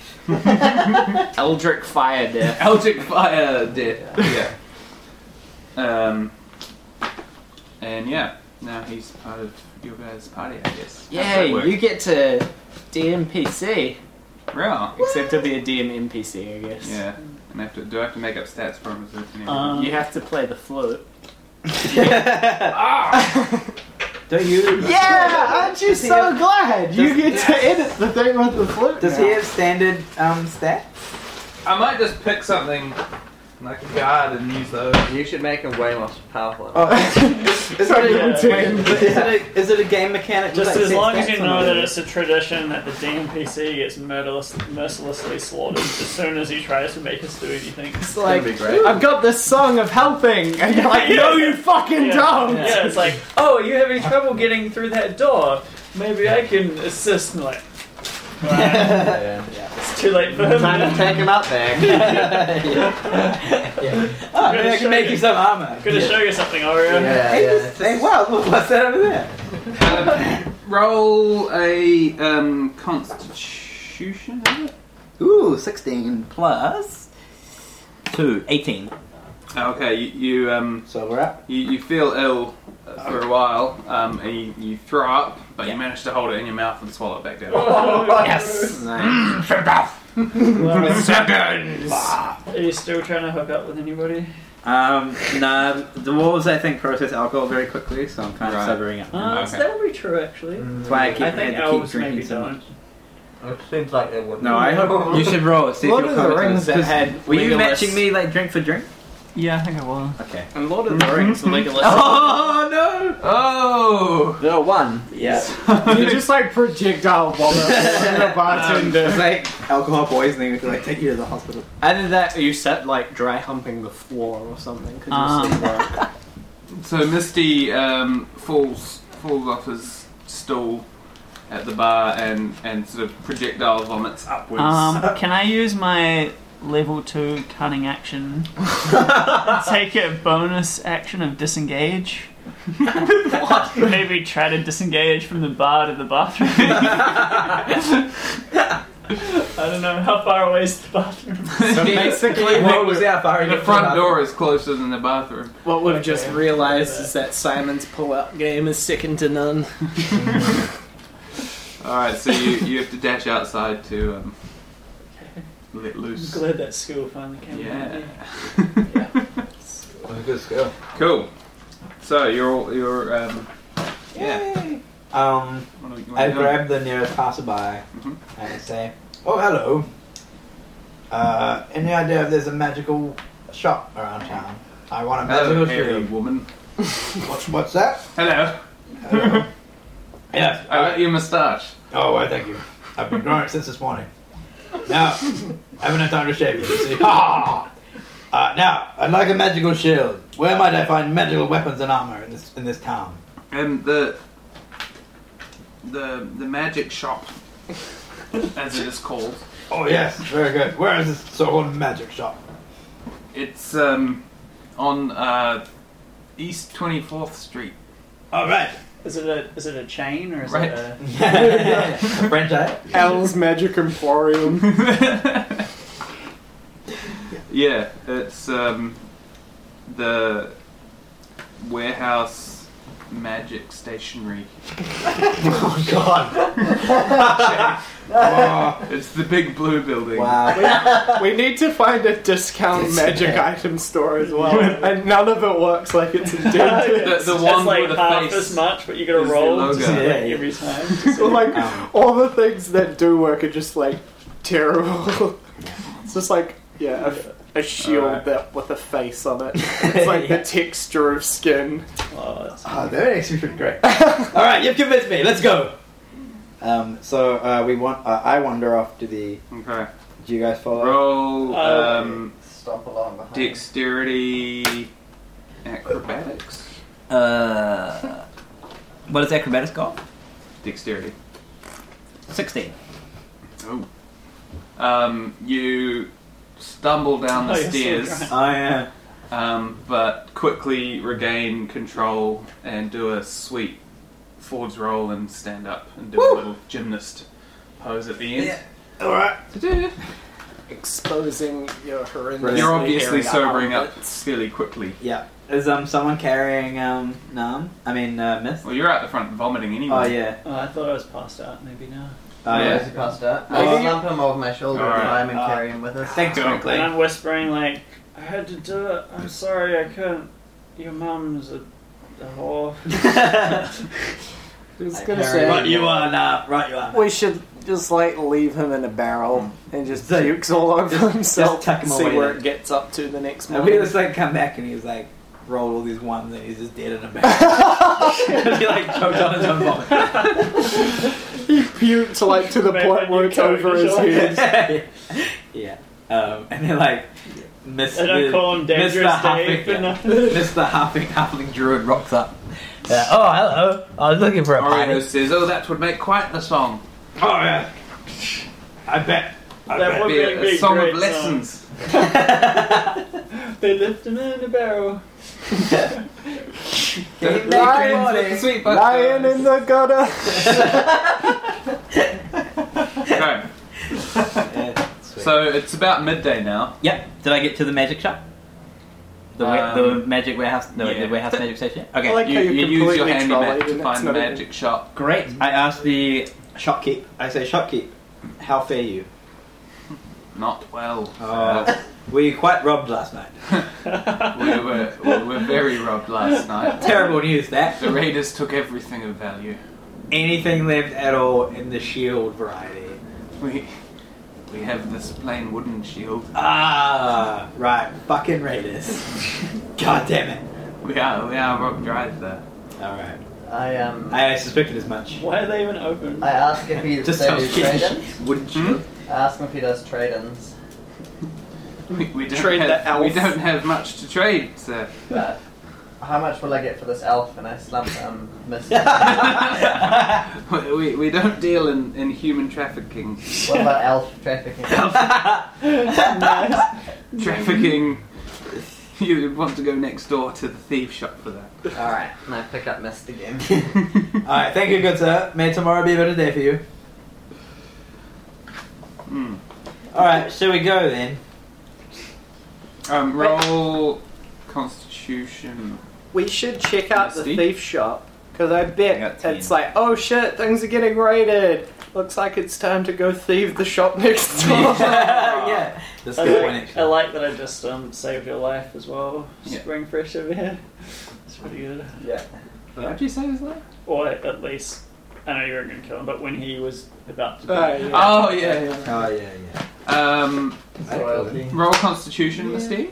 [SPEAKER 7] Eldric fire death.
[SPEAKER 6] Eldritch fire did. Yeah. um. And yeah, now he's part of your guys' party, I guess. How's that
[SPEAKER 7] Yay!
[SPEAKER 6] work?
[SPEAKER 7] You get to DMPC.
[SPEAKER 6] Real.
[SPEAKER 12] Except to be a DM NPC, I guess.
[SPEAKER 6] Yeah. And I have to, do I have to make up stats for him? Is it-
[SPEAKER 3] Um,
[SPEAKER 12] You have to play the flute.
[SPEAKER 5] Don't you?
[SPEAKER 12] Yeah, aren't you so glad you get to edit the thing with the flute?
[SPEAKER 5] Does he have standard um, stat?
[SPEAKER 6] I might just pick something like a guard and use those.
[SPEAKER 2] You should make him way more powerful.
[SPEAKER 5] Oh, is, is, it, a,
[SPEAKER 3] Yeah.
[SPEAKER 5] but is, it, a, is it a game mechanic?
[SPEAKER 3] Just
[SPEAKER 5] with,
[SPEAKER 3] as
[SPEAKER 5] like,
[SPEAKER 3] long
[SPEAKER 5] set
[SPEAKER 3] as you
[SPEAKER 5] stats or
[SPEAKER 3] know
[SPEAKER 5] not?
[SPEAKER 3] that it's a tradition that the DMPC gets murderless, mercilessly slaughtered as soon as he tries to make us do anything.
[SPEAKER 4] It's like,
[SPEAKER 2] That'd be great.
[SPEAKER 4] I've got this song of helping, and you're like, no, you fucking
[SPEAKER 3] Yeah.
[SPEAKER 4] don't!
[SPEAKER 3] Yeah, it's like, oh, you're having trouble getting through that door. Maybe I can assist. And like, "Right,
[SPEAKER 2] yeah.
[SPEAKER 3] it's too late for him.
[SPEAKER 2] Time to
[SPEAKER 3] now.
[SPEAKER 2] take him out there.
[SPEAKER 5] Oh, maybe I can make you some armor.
[SPEAKER 3] Gonna show you something, Oreo.
[SPEAKER 2] yeah,
[SPEAKER 5] Hey,
[SPEAKER 2] yeah.
[SPEAKER 5] this thing. Wow, what's that over there?
[SPEAKER 6] Roll a um, Constitution. is it?
[SPEAKER 13] Ooh, 16 plus 2, 18.
[SPEAKER 6] Oh, Okay, you you, um,
[SPEAKER 5] So we're up.
[SPEAKER 6] you, you feel ill uh, for a while, um, and you, you throw up, but you manage to hold it in your mouth and swallow it back down.
[SPEAKER 3] Oh,
[SPEAKER 13] Yes!
[SPEAKER 3] Are you still trying to hook up with anybody?
[SPEAKER 13] Um, nah, the wolves, I think, process alcohol very quickly, so I'm kind of
[SPEAKER 6] Right.
[SPEAKER 13] sobering up.
[SPEAKER 3] Uh, so
[SPEAKER 6] Okay.
[SPEAKER 3] that would be true, actually.
[SPEAKER 13] That's why Mm. I keep,
[SPEAKER 3] I
[SPEAKER 13] I
[SPEAKER 3] think
[SPEAKER 13] had to keep
[SPEAKER 3] elves
[SPEAKER 13] drinking
[SPEAKER 3] maybe
[SPEAKER 13] so much.
[SPEAKER 3] don't.
[SPEAKER 2] It seems like it would.
[SPEAKER 13] No, I hope you should roll. See
[SPEAKER 4] Lord
[SPEAKER 13] if
[SPEAKER 4] of
[SPEAKER 13] you'll
[SPEAKER 4] the
[SPEAKER 13] come to
[SPEAKER 4] Rings
[SPEAKER 13] this,
[SPEAKER 4] that
[SPEAKER 13] 'cause
[SPEAKER 4] had
[SPEAKER 13] Were you
[SPEAKER 4] Legolas-
[SPEAKER 13] matching me like drink for drink?
[SPEAKER 12] Yeah, I think I will.
[SPEAKER 13] Okay.
[SPEAKER 12] And Lord of the Rings,
[SPEAKER 4] Mm-hmm.
[SPEAKER 12] Legolas.
[SPEAKER 13] Oh no!
[SPEAKER 6] Oh!
[SPEAKER 2] No one.
[SPEAKER 5] Yeah.
[SPEAKER 4] Oh, You just like projectile vomit on the bartender.
[SPEAKER 5] It's like alcohol poisoning. We could like take you to the hospital.
[SPEAKER 4] Either that, or you sat like dry humping the floor or something. 'cause
[SPEAKER 12] Um.
[SPEAKER 4] you're so
[SPEAKER 6] Ah.
[SPEAKER 4] broke.
[SPEAKER 6] So Misty um, falls falls off his stool at the bar and, and sort of projectile vomits upwards.
[SPEAKER 12] Um, can I use my level 2 cunning action? Take a bonus action of disengage? Maybe try to disengage from the bar to the bathroom.
[SPEAKER 3] I don't know how far away is the bathroom.
[SPEAKER 4] so basically,
[SPEAKER 5] What
[SPEAKER 4] what
[SPEAKER 5] was
[SPEAKER 4] we've,
[SPEAKER 5] that far?
[SPEAKER 6] the front door is closer than the bathroom.
[SPEAKER 4] what we've just realized is that Simon's pull-out game is second to none.
[SPEAKER 6] Alright, so you, you have to dash outside to um, let
[SPEAKER 3] I'm
[SPEAKER 6] loose.
[SPEAKER 3] glad that school finally came.
[SPEAKER 6] Yeah.
[SPEAKER 3] around.
[SPEAKER 5] good skill.
[SPEAKER 6] Cool. So you're all, you're um, yeah.
[SPEAKER 5] Um,
[SPEAKER 6] What are we- what are
[SPEAKER 5] I
[SPEAKER 6] we doing?
[SPEAKER 5] grab the nearest passerby
[SPEAKER 6] Mhm.
[SPEAKER 5] and I say, "Oh, hello. Uh, any idea if there's a magical shop around town? I want a
[SPEAKER 6] Hello,
[SPEAKER 5] magical
[SPEAKER 6] hairy
[SPEAKER 5] shoe.
[SPEAKER 6] woman.
[SPEAKER 5] What's what's that?
[SPEAKER 6] Hello.
[SPEAKER 5] Hello. yes.
[SPEAKER 6] I like your moustache.
[SPEAKER 5] Oh, well, thank you. I've been growing it since this morning. Now, I haven't had time to shave it. you see. Ah! Uh, now, I'd like a magical shield. Where might I find magical weapons and armor in this in this town?
[SPEAKER 6] Um, the the the magic shop, as it is called.
[SPEAKER 5] Oh yes, very good. Where is this so-called magic shop?
[SPEAKER 6] It's um on uh East Twenty Fourth Street.
[SPEAKER 5] All right.
[SPEAKER 3] Is it a is it a chain or is
[SPEAKER 6] Right.
[SPEAKER 3] it a?
[SPEAKER 5] Franchise.
[SPEAKER 4] Al's Magic Emporium.
[SPEAKER 6] yeah, it's um the warehouse magic stationery.
[SPEAKER 5] Oh God.
[SPEAKER 6] Oh, It's the big blue building.
[SPEAKER 5] Wow.
[SPEAKER 4] we need to find a discount magic item store as well, and none of it works like it's intended.
[SPEAKER 6] The, the
[SPEAKER 3] It's
[SPEAKER 6] one
[SPEAKER 3] like
[SPEAKER 6] with the
[SPEAKER 3] half
[SPEAKER 6] face.
[SPEAKER 3] as much, but you gotta
[SPEAKER 6] is the
[SPEAKER 3] roll
[SPEAKER 6] logo.
[SPEAKER 3] just like
[SPEAKER 5] Yeah.
[SPEAKER 3] every time.
[SPEAKER 4] So, like
[SPEAKER 6] Um.
[SPEAKER 4] all the things that do work are just like terrible. it's just like yeah, a f- a, shield
[SPEAKER 6] Alright.
[SPEAKER 4] that with a face on it. It's like the texture of skin.
[SPEAKER 3] Oh, that's-
[SPEAKER 5] Oh, that actually pretty great. All right, you've convinced me. Let's go. Um, so uh, we want. Uh, I wander off to the.
[SPEAKER 6] Okay.
[SPEAKER 5] Do you guys follow?
[SPEAKER 6] Roll
[SPEAKER 3] Uh,
[SPEAKER 6] um,
[SPEAKER 2] Stop along behind.
[SPEAKER 6] dexterity acrobatics.
[SPEAKER 13] Uh, what is acrobatics called?
[SPEAKER 6] Dexterity.
[SPEAKER 13] 16.
[SPEAKER 6] Oh. Um, you stumble down the
[SPEAKER 3] Oh, you're so
[SPEAKER 6] stairs,
[SPEAKER 3] drunk.
[SPEAKER 5] I am.
[SPEAKER 6] um, but quickly regain control and do a sweet Ford's roll and stand up and do a little gymnast pose at the end.
[SPEAKER 5] All right.
[SPEAKER 4] Exposing your horrendous.
[SPEAKER 5] Right.
[SPEAKER 6] You're obviously
[SPEAKER 4] hairy
[SPEAKER 6] sobering up
[SPEAKER 4] armpits.
[SPEAKER 6] fairly quickly.
[SPEAKER 5] Yeah. Is um someone carrying um Nam? I mean uh, Miss.
[SPEAKER 6] Well, you're out the front vomiting anyway.
[SPEAKER 5] Oh yeah.
[SPEAKER 3] oh, I thought I was passed out. Maybe now.
[SPEAKER 5] Oh,
[SPEAKER 6] Yeah.
[SPEAKER 5] yeah.
[SPEAKER 2] As he passed out.
[SPEAKER 6] Well,
[SPEAKER 2] I
[SPEAKER 6] you-
[SPEAKER 2] slump him over my shoulder
[SPEAKER 6] Alright.
[SPEAKER 2] and climb and
[SPEAKER 5] Uh,
[SPEAKER 2] carry him with us.
[SPEAKER 5] Thanks,
[SPEAKER 6] Cool.
[SPEAKER 5] Franklin.
[SPEAKER 3] And I'm whispering like, I had to do it. I'm sorry, I couldn't. Your mum's a, a whore.
[SPEAKER 4] I was
[SPEAKER 2] I
[SPEAKER 4] gonna
[SPEAKER 2] parry
[SPEAKER 4] say.
[SPEAKER 5] Right, you are now. Right, you are.
[SPEAKER 4] We should just like leave him in a barrel and Hmm. just
[SPEAKER 5] Just-
[SPEAKER 4] pukes all over himself.
[SPEAKER 5] just tuck him
[SPEAKER 4] see
[SPEAKER 5] away
[SPEAKER 4] where
[SPEAKER 5] then.
[SPEAKER 4] it gets up to the next
[SPEAKER 5] And we
[SPEAKER 4] morning.
[SPEAKER 5] just like come back and he's like rolled all these ones and he's just dead in a bag. and he like choked on his own vomit.
[SPEAKER 4] he puked like to the
[SPEAKER 3] Maybe
[SPEAKER 4] point where
[SPEAKER 3] you
[SPEAKER 4] it's
[SPEAKER 3] coat
[SPEAKER 4] over
[SPEAKER 3] the
[SPEAKER 4] his
[SPEAKER 3] shot.
[SPEAKER 4] head.
[SPEAKER 5] yeah. Um, and then like Miss
[SPEAKER 3] I don't call him
[SPEAKER 5] Mr.
[SPEAKER 3] dangerous Dave.
[SPEAKER 5] Huffing,
[SPEAKER 3] but
[SPEAKER 5] yeah.
[SPEAKER 3] no.
[SPEAKER 5] Mr. Huffing, Huffling Druid rocks up.
[SPEAKER 14] Uh, oh, hello. I was looking for a
[SPEAKER 6] Oreo
[SPEAKER 14] party.
[SPEAKER 6] says, "Oh, that would make quite the song.
[SPEAKER 5] Oh yeah. I bet. I
[SPEAKER 3] That
[SPEAKER 5] bet.
[SPEAKER 3] would
[SPEAKER 6] Be
[SPEAKER 3] be,
[SPEAKER 6] a,
[SPEAKER 3] be
[SPEAKER 6] a song
[SPEAKER 3] great
[SPEAKER 6] of lessons."
[SPEAKER 3] song. They lift him in a barrel.
[SPEAKER 6] Don't
[SPEAKER 4] Lion
[SPEAKER 6] be friends
[SPEAKER 4] body.
[SPEAKER 6] with the sweet butter.
[SPEAKER 4] Lying in the gutter.
[SPEAKER 6] Okay,
[SPEAKER 5] Yeah, sweet.
[SPEAKER 6] so it's about midday now.
[SPEAKER 14] Yep. Did I get to the magic shop? The, wa-
[SPEAKER 6] Um,
[SPEAKER 14] the magic warehouse, no,
[SPEAKER 6] yeah. Oh,
[SPEAKER 14] the warehouse magic station.
[SPEAKER 4] I
[SPEAKER 14] Okay,
[SPEAKER 4] like
[SPEAKER 6] You,
[SPEAKER 4] how
[SPEAKER 6] you
[SPEAKER 4] you
[SPEAKER 6] use your
[SPEAKER 4] completely
[SPEAKER 6] handy
[SPEAKER 4] trolled
[SPEAKER 6] map
[SPEAKER 4] it and
[SPEAKER 6] to
[SPEAKER 4] it's
[SPEAKER 6] find the
[SPEAKER 4] not even-
[SPEAKER 6] magic shop.
[SPEAKER 14] great. I asked the
[SPEAKER 5] shopkeep. I say shopkeep. How fare you?
[SPEAKER 6] Not well.
[SPEAKER 4] Oh.
[SPEAKER 5] Uh, we quite robbed last night.
[SPEAKER 6] we, were, we were very robbed last night.
[SPEAKER 5] Terrible news that.
[SPEAKER 6] The raiders took everything of value.
[SPEAKER 5] Anything left at all in the shield E variety.
[SPEAKER 6] We we have this plain wooden shield.
[SPEAKER 5] Ah, right. Fucking Raiders. God damn it.
[SPEAKER 6] We are we are robbed right there.
[SPEAKER 5] All right.
[SPEAKER 2] I um
[SPEAKER 5] I suspected as much.
[SPEAKER 3] Why are they even open?
[SPEAKER 2] I ask if he
[SPEAKER 5] Just
[SPEAKER 2] they
[SPEAKER 5] sounds
[SPEAKER 2] do trade-ins.
[SPEAKER 5] shitty. Wouldn't
[SPEAKER 6] Hmm?
[SPEAKER 5] you?
[SPEAKER 2] I ask him if he does trade-ins.
[SPEAKER 6] We, we don't
[SPEAKER 15] Trade
[SPEAKER 6] have,
[SPEAKER 15] the elf.
[SPEAKER 6] We don't have much to trade, sir.
[SPEAKER 2] But Uh, how much will I get for this elf? And I slump um miss.
[SPEAKER 6] Hmm? We, we, we don't deal in, in human trafficking.
[SPEAKER 2] what about elf trafficking?
[SPEAKER 6] Trafficking. You would want to go next door to the thief shop for that.
[SPEAKER 2] Alright, and I pick up Mist again.
[SPEAKER 5] All right. Thank you, good sir. May tomorrow be a better day for you.
[SPEAKER 6] Hmm.
[SPEAKER 5] All right. Shall we go then?
[SPEAKER 6] Um, roll Constitution.
[SPEAKER 4] We should check out the
[SPEAKER 6] Misty?
[SPEAKER 4] thief shop because I
[SPEAKER 6] I got
[SPEAKER 4] bet
[SPEAKER 6] ten.
[SPEAKER 4] it's like, oh shit, things are getting raided. Looks like it's time to go thieve the shop next door.
[SPEAKER 5] yeah. That's
[SPEAKER 3] I
[SPEAKER 5] a good one.
[SPEAKER 3] like, I
[SPEAKER 5] Actually.
[SPEAKER 3] like that I just um, saved your life as well.
[SPEAKER 6] Yeah.
[SPEAKER 3] Spring fresh over here. It's pretty good.
[SPEAKER 6] What did you say was that?
[SPEAKER 3] Or at least, I know you weren't going to kill him, but when he was about to.
[SPEAKER 4] Oh,
[SPEAKER 3] die.
[SPEAKER 4] yeah.
[SPEAKER 6] Oh yeah.
[SPEAKER 5] Oh yeah, yeah.
[SPEAKER 6] Um,
[SPEAKER 2] Loyalty.
[SPEAKER 6] roll Constitution, Misty.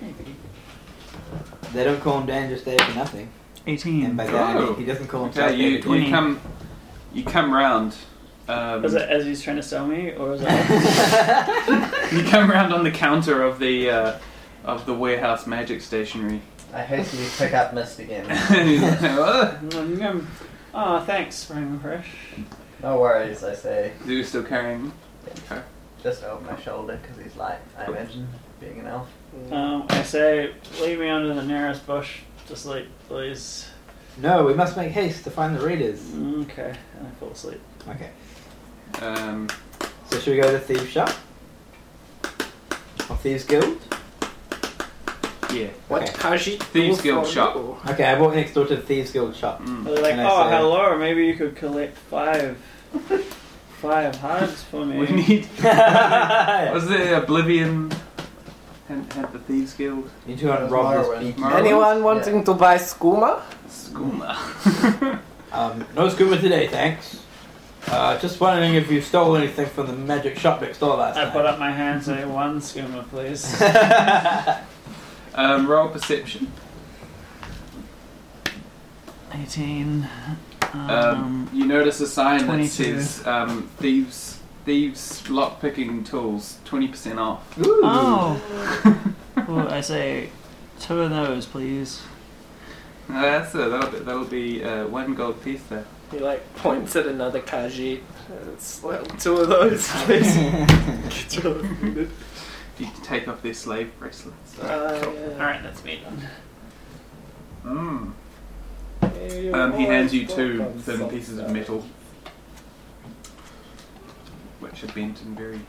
[SPEAKER 5] They don't call him dangerous day for nothing.
[SPEAKER 16] 18.
[SPEAKER 5] And by that I mean he doesn't call himself
[SPEAKER 6] Hmm. Oh. Okay, you,
[SPEAKER 5] David
[SPEAKER 6] you
[SPEAKER 16] Twenty.
[SPEAKER 6] come, you come round. Um,
[SPEAKER 3] Was it as he's trying to sell me, or is it? "Mm,
[SPEAKER 6] you come round on the counter of the uh, of the warehouse magic stationery.
[SPEAKER 2] I hastily pick up Mist again.
[SPEAKER 6] Do
[SPEAKER 3] oh, mm, thanks, Spring Fresh.
[SPEAKER 2] No worries, I say.
[SPEAKER 6] you still carrying?
[SPEAKER 2] Just over my shoulder because he's light, I imagine, being an elf.
[SPEAKER 3] Um, I say, leave me under the nearest bush to sleep, please. Mm,
[SPEAKER 5] No, we must make haste to find the raiders.
[SPEAKER 3] Okay, and I fall asleep.
[SPEAKER 5] Okay.
[SPEAKER 6] Um,
[SPEAKER 5] So should we go to the thieves shop? Or thieves guild?
[SPEAKER 6] yeah.
[SPEAKER 5] What?
[SPEAKER 4] Kaji?
[SPEAKER 6] Thieves Guild shop.
[SPEAKER 5] Okay, I walk next door to the thieves guild shop.
[SPEAKER 6] Mm.
[SPEAKER 3] They're like,
[SPEAKER 5] And I
[SPEAKER 3] oh,
[SPEAKER 5] say-
[SPEAKER 3] hello, maybe you could collect five, five hearts for me.
[SPEAKER 6] We need.
[SPEAKER 5] you
[SPEAKER 6] Was the Oblivion? Had, had the thieves guild.
[SPEAKER 5] two want to rob this people.
[SPEAKER 6] Morrowind?
[SPEAKER 4] Anyone wanting to buy skooma?
[SPEAKER 6] Skooma.
[SPEAKER 5] Um, no scuba today, thanks. Uh, just wondering if you stole anything from the magic shop next door last
[SPEAKER 3] I
[SPEAKER 5] night.
[SPEAKER 3] put up my hand, say one skimmer, please.
[SPEAKER 6] um, roll perception.
[SPEAKER 16] 18. Um,
[SPEAKER 6] Um, you notice a sign that
[SPEAKER 16] 22.
[SPEAKER 6] says um, thieves thieves lock picking tools twenty percent off.
[SPEAKER 5] Ooh.
[SPEAKER 16] oh! Well, I say two of those, please.
[SPEAKER 6] Uh, that's a, that'll be, that'll be uh, one gold piece there.
[SPEAKER 4] He like points at another Kaji. It's like two of those. please.
[SPEAKER 6] You can take off their slave bracelets.
[SPEAKER 3] Alright, that's me done.
[SPEAKER 6] Mm. Um, he hands you two thin pieces of metal, which are bent in very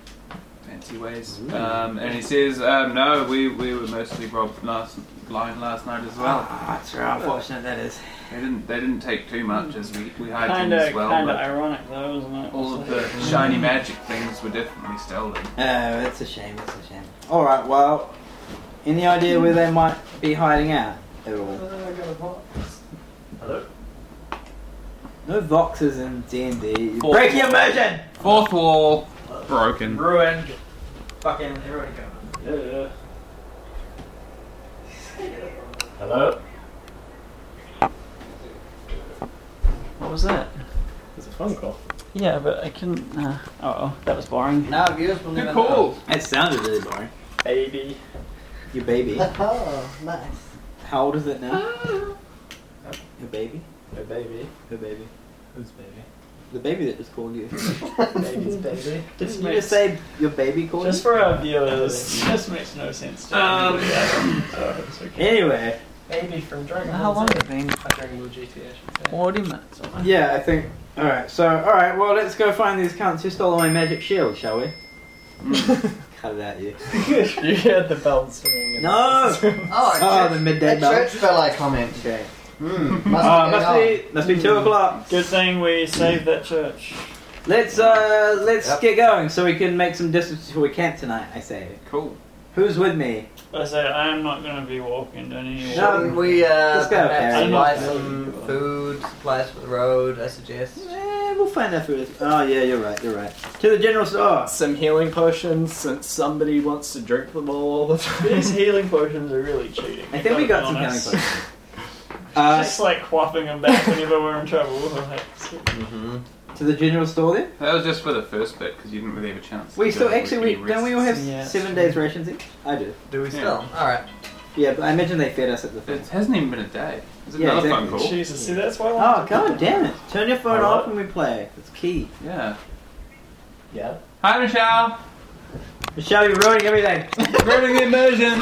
[SPEAKER 6] fancy ways. Um, and he says, um, "No, we, we were mostly robbed last blind last night as well.
[SPEAKER 5] Ah, that's how unfortunate that is.
[SPEAKER 6] They didn't. They didn't take too much as we we hired
[SPEAKER 3] Kind
[SPEAKER 6] them
[SPEAKER 3] of,
[SPEAKER 6] as well.
[SPEAKER 3] kind of
[SPEAKER 6] but
[SPEAKER 3] ironic though, isn't it?
[SPEAKER 6] all of the shiny magic things were definitely stolen.
[SPEAKER 5] Oh, that's a shame. That's a shame. All right. Well, any idea where they might be hiding out at all?
[SPEAKER 3] Hello?
[SPEAKER 5] No voxes in D and D.
[SPEAKER 6] Fourth
[SPEAKER 5] Break your immersion.
[SPEAKER 6] Fourth wall broken.
[SPEAKER 17] Ruined. Fucking everybody go.
[SPEAKER 3] Yeah. Hello?
[SPEAKER 18] What was that?
[SPEAKER 4] It's a phone call.
[SPEAKER 18] Yeah, but I couldn't. Uh, oh, that was boring.
[SPEAKER 2] Now viewers will
[SPEAKER 6] Good
[SPEAKER 2] never know.
[SPEAKER 6] call.
[SPEAKER 5] That sounded really boring.
[SPEAKER 3] Baby.
[SPEAKER 5] Your baby.
[SPEAKER 2] Oh, nice.
[SPEAKER 5] How old is it now? Your baby.
[SPEAKER 4] Hey, baby.
[SPEAKER 5] Her baby.
[SPEAKER 4] Who's baby?
[SPEAKER 5] The baby that just called you.
[SPEAKER 4] Baby's baby.
[SPEAKER 3] This
[SPEAKER 5] Didn't you
[SPEAKER 3] makes,
[SPEAKER 5] just say your baby called
[SPEAKER 3] just
[SPEAKER 5] you?
[SPEAKER 3] for our viewers, this makes no sense to
[SPEAKER 6] Um.
[SPEAKER 3] anybody else. So it's okay.
[SPEAKER 5] Anyway.
[SPEAKER 4] Baby from Dragon
[SPEAKER 18] How long
[SPEAKER 4] Ball Z.
[SPEAKER 18] have it been?
[SPEAKER 4] Uh, Dragon Ball GT, I should say.
[SPEAKER 18] Forty minutes. Or
[SPEAKER 5] Yeah, I think. All right. So, all right. Well, let's go find these cunts who stole my magic shield, shall we? Cut it out, you.
[SPEAKER 4] you heard the bells ringing. in
[SPEAKER 5] No.
[SPEAKER 4] the room.
[SPEAKER 2] Oh, a
[SPEAKER 5] Oh,
[SPEAKER 2] church-
[SPEAKER 5] the midday
[SPEAKER 2] a
[SPEAKER 5] bell.
[SPEAKER 2] church bell I comment.
[SPEAKER 5] Okay.
[SPEAKER 2] Mm,
[SPEAKER 5] Uh, must
[SPEAKER 2] must be. Hmm.
[SPEAKER 5] be must be two o'clock.
[SPEAKER 3] Good thing we saved that church.
[SPEAKER 5] Let's uh let's
[SPEAKER 2] Yep.
[SPEAKER 5] get going so we can make some distance before we camp tonight. I say.
[SPEAKER 6] Cool.
[SPEAKER 5] Who's with me?
[SPEAKER 3] I say I'm not going to be walking to any
[SPEAKER 5] No.
[SPEAKER 2] Shouldn't we uh,
[SPEAKER 5] Let's go,
[SPEAKER 2] perhaps
[SPEAKER 5] Karen.
[SPEAKER 2] buy
[SPEAKER 3] I'm
[SPEAKER 2] some food, supplies for the road, I suggest?
[SPEAKER 5] Eh, we'll find out who it is. Oh yeah, you're right. You're right. To the general store.
[SPEAKER 4] Some healing potions since somebody wants to drink them all all the time.
[SPEAKER 3] These healing potions are really cheating.
[SPEAKER 5] I think we got some healing
[SPEAKER 3] Honest.
[SPEAKER 5] potions. Uh,
[SPEAKER 3] Just like whopping them back whenever we're in trouble. Like,
[SPEAKER 2] Mm-hmm.
[SPEAKER 5] Uh, to the general store then.
[SPEAKER 6] That was just for the first bit because you didn't really have a chance.
[SPEAKER 5] We
[SPEAKER 6] to
[SPEAKER 5] still
[SPEAKER 6] do it
[SPEAKER 5] actually
[SPEAKER 6] with
[SPEAKER 5] we
[SPEAKER 6] any
[SPEAKER 5] don't we all
[SPEAKER 6] rest.
[SPEAKER 5] have
[SPEAKER 18] Yeah,
[SPEAKER 5] seven days rations each? I do.
[SPEAKER 2] Do we
[SPEAKER 6] Yeah.
[SPEAKER 2] still? Alright.
[SPEAKER 5] Yeah, but I imagine they fed us at the thing.
[SPEAKER 6] It hasn't even been a day. It's
[SPEAKER 5] Yeah,
[SPEAKER 6] another
[SPEAKER 5] exactly.
[SPEAKER 6] phone call.
[SPEAKER 3] Jesus, see that's why. I
[SPEAKER 5] Oh
[SPEAKER 3] wanted to
[SPEAKER 5] god
[SPEAKER 3] do that.
[SPEAKER 5] damn it! Turn your phone
[SPEAKER 4] Hello?
[SPEAKER 5] off when we play. It's key.
[SPEAKER 6] Yeah.
[SPEAKER 4] yeah.
[SPEAKER 6] Hi, Michelle.
[SPEAKER 5] Michelle, you're ruining everything.
[SPEAKER 6] Ruining the immersion.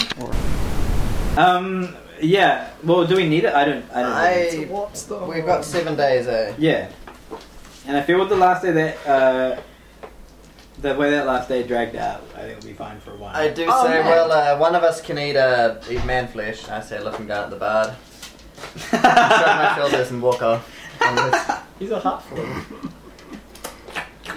[SPEAKER 5] Um, yeah. Well, do we need it? I don't. I don't. really need it.
[SPEAKER 2] I,
[SPEAKER 4] What's the?
[SPEAKER 2] we've got seven days, eh?
[SPEAKER 5] Yeah. And I feel with the last day that uh, the way that last day dragged out, I think we'll be fine for a while.
[SPEAKER 2] I do
[SPEAKER 5] Oh,
[SPEAKER 2] say,
[SPEAKER 5] man.
[SPEAKER 2] well, uh, one of us can eat, uh, eat man flesh. I say, looking down at the bard. Shrug my shoulders and walk off. Unless-
[SPEAKER 4] He's a half one.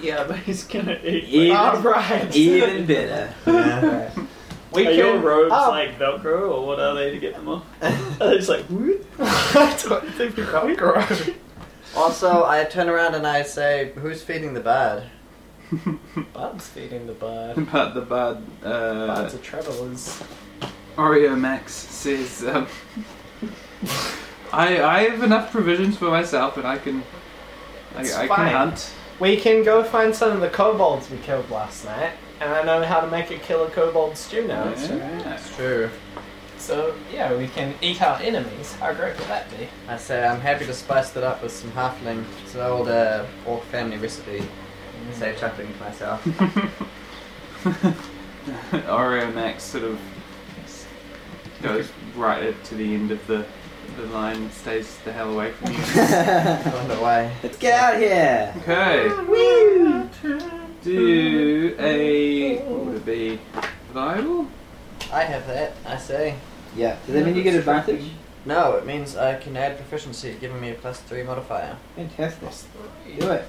[SPEAKER 3] Yeah, but he's gonna eat.
[SPEAKER 4] All
[SPEAKER 5] even,
[SPEAKER 4] right.
[SPEAKER 5] even better.
[SPEAKER 2] yeah.
[SPEAKER 3] Are
[SPEAKER 4] We
[SPEAKER 3] your
[SPEAKER 4] can.
[SPEAKER 3] robes
[SPEAKER 4] Oh.
[SPEAKER 3] like Velcro, or what are they to get them off? Are they just like "Hmm, whoop?
[SPEAKER 4] I don't think we got gross.
[SPEAKER 2] Also, I turn around and I say, who's feeding the bard?
[SPEAKER 4] Bud's feeding the bud.
[SPEAKER 6] But the bud, uh,
[SPEAKER 4] Bud's a traveler's.
[SPEAKER 6] Oreo Max says, um, I, I have enough provisions for myself and I can. I,
[SPEAKER 4] It's
[SPEAKER 6] I
[SPEAKER 4] fine.
[SPEAKER 6] can hunt.
[SPEAKER 4] We can go find some of the kobolds we killed last night, and I know how to make a killer kobold stew now.
[SPEAKER 6] Yeah.
[SPEAKER 2] True.
[SPEAKER 4] So yeah, we can eat our enemies. How great would that be?
[SPEAKER 2] I say, I'm happy to spice that up with some halfling. It's an old uh, orc family recipe. I say, chuckling to myself.
[SPEAKER 6] Oreo Max sort of goes right up to the end of the, the line and stays the hell away from you.
[SPEAKER 2] I wonder why.
[SPEAKER 5] Let's get out here.
[SPEAKER 6] Okay. Do a. What would it be? Survival?
[SPEAKER 2] I have that, I say.
[SPEAKER 5] Yeah. Does that mean you get advantage?
[SPEAKER 2] No, it means I can add proficiency, giving me a plus three modifier.
[SPEAKER 5] Fantastic. Do it.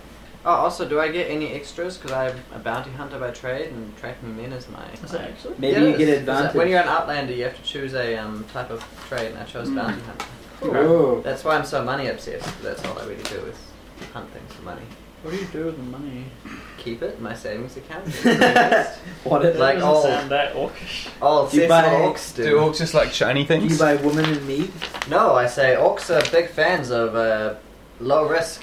[SPEAKER 2] Oh, also, do I get any extras? Because I'm a bounty hunter by trade, and tracking men is my.
[SPEAKER 3] Is that actually?
[SPEAKER 5] Maybe
[SPEAKER 2] Yeah,
[SPEAKER 5] you get
[SPEAKER 2] it's- it's- When
[SPEAKER 5] advantage.
[SPEAKER 2] you're an outlander, you have to choose a um, type of trade, and I chose
[SPEAKER 5] Hmm.
[SPEAKER 2] bounty hunter.
[SPEAKER 5] Whoa.
[SPEAKER 2] That's why I'm so money obsessed. 'cause That's all I really do is hunt things for money.
[SPEAKER 3] What do you do with the money?
[SPEAKER 2] Keep it in my savings account.
[SPEAKER 5] What is
[SPEAKER 2] Like
[SPEAKER 3] That doesn't
[SPEAKER 2] all-
[SPEAKER 3] sound that orcish.
[SPEAKER 2] all
[SPEAKER 5] Do you
[SPEAKER 2] sets
[SPEAKER 5] buy-
[SPEAKER 2] orcs do.
[SPEAKER 6] just like shiny
[SPEAKER 5] Do you buy woman in need?
[SPEAKER 2] No, I say orcs are big fans of uh, low risk,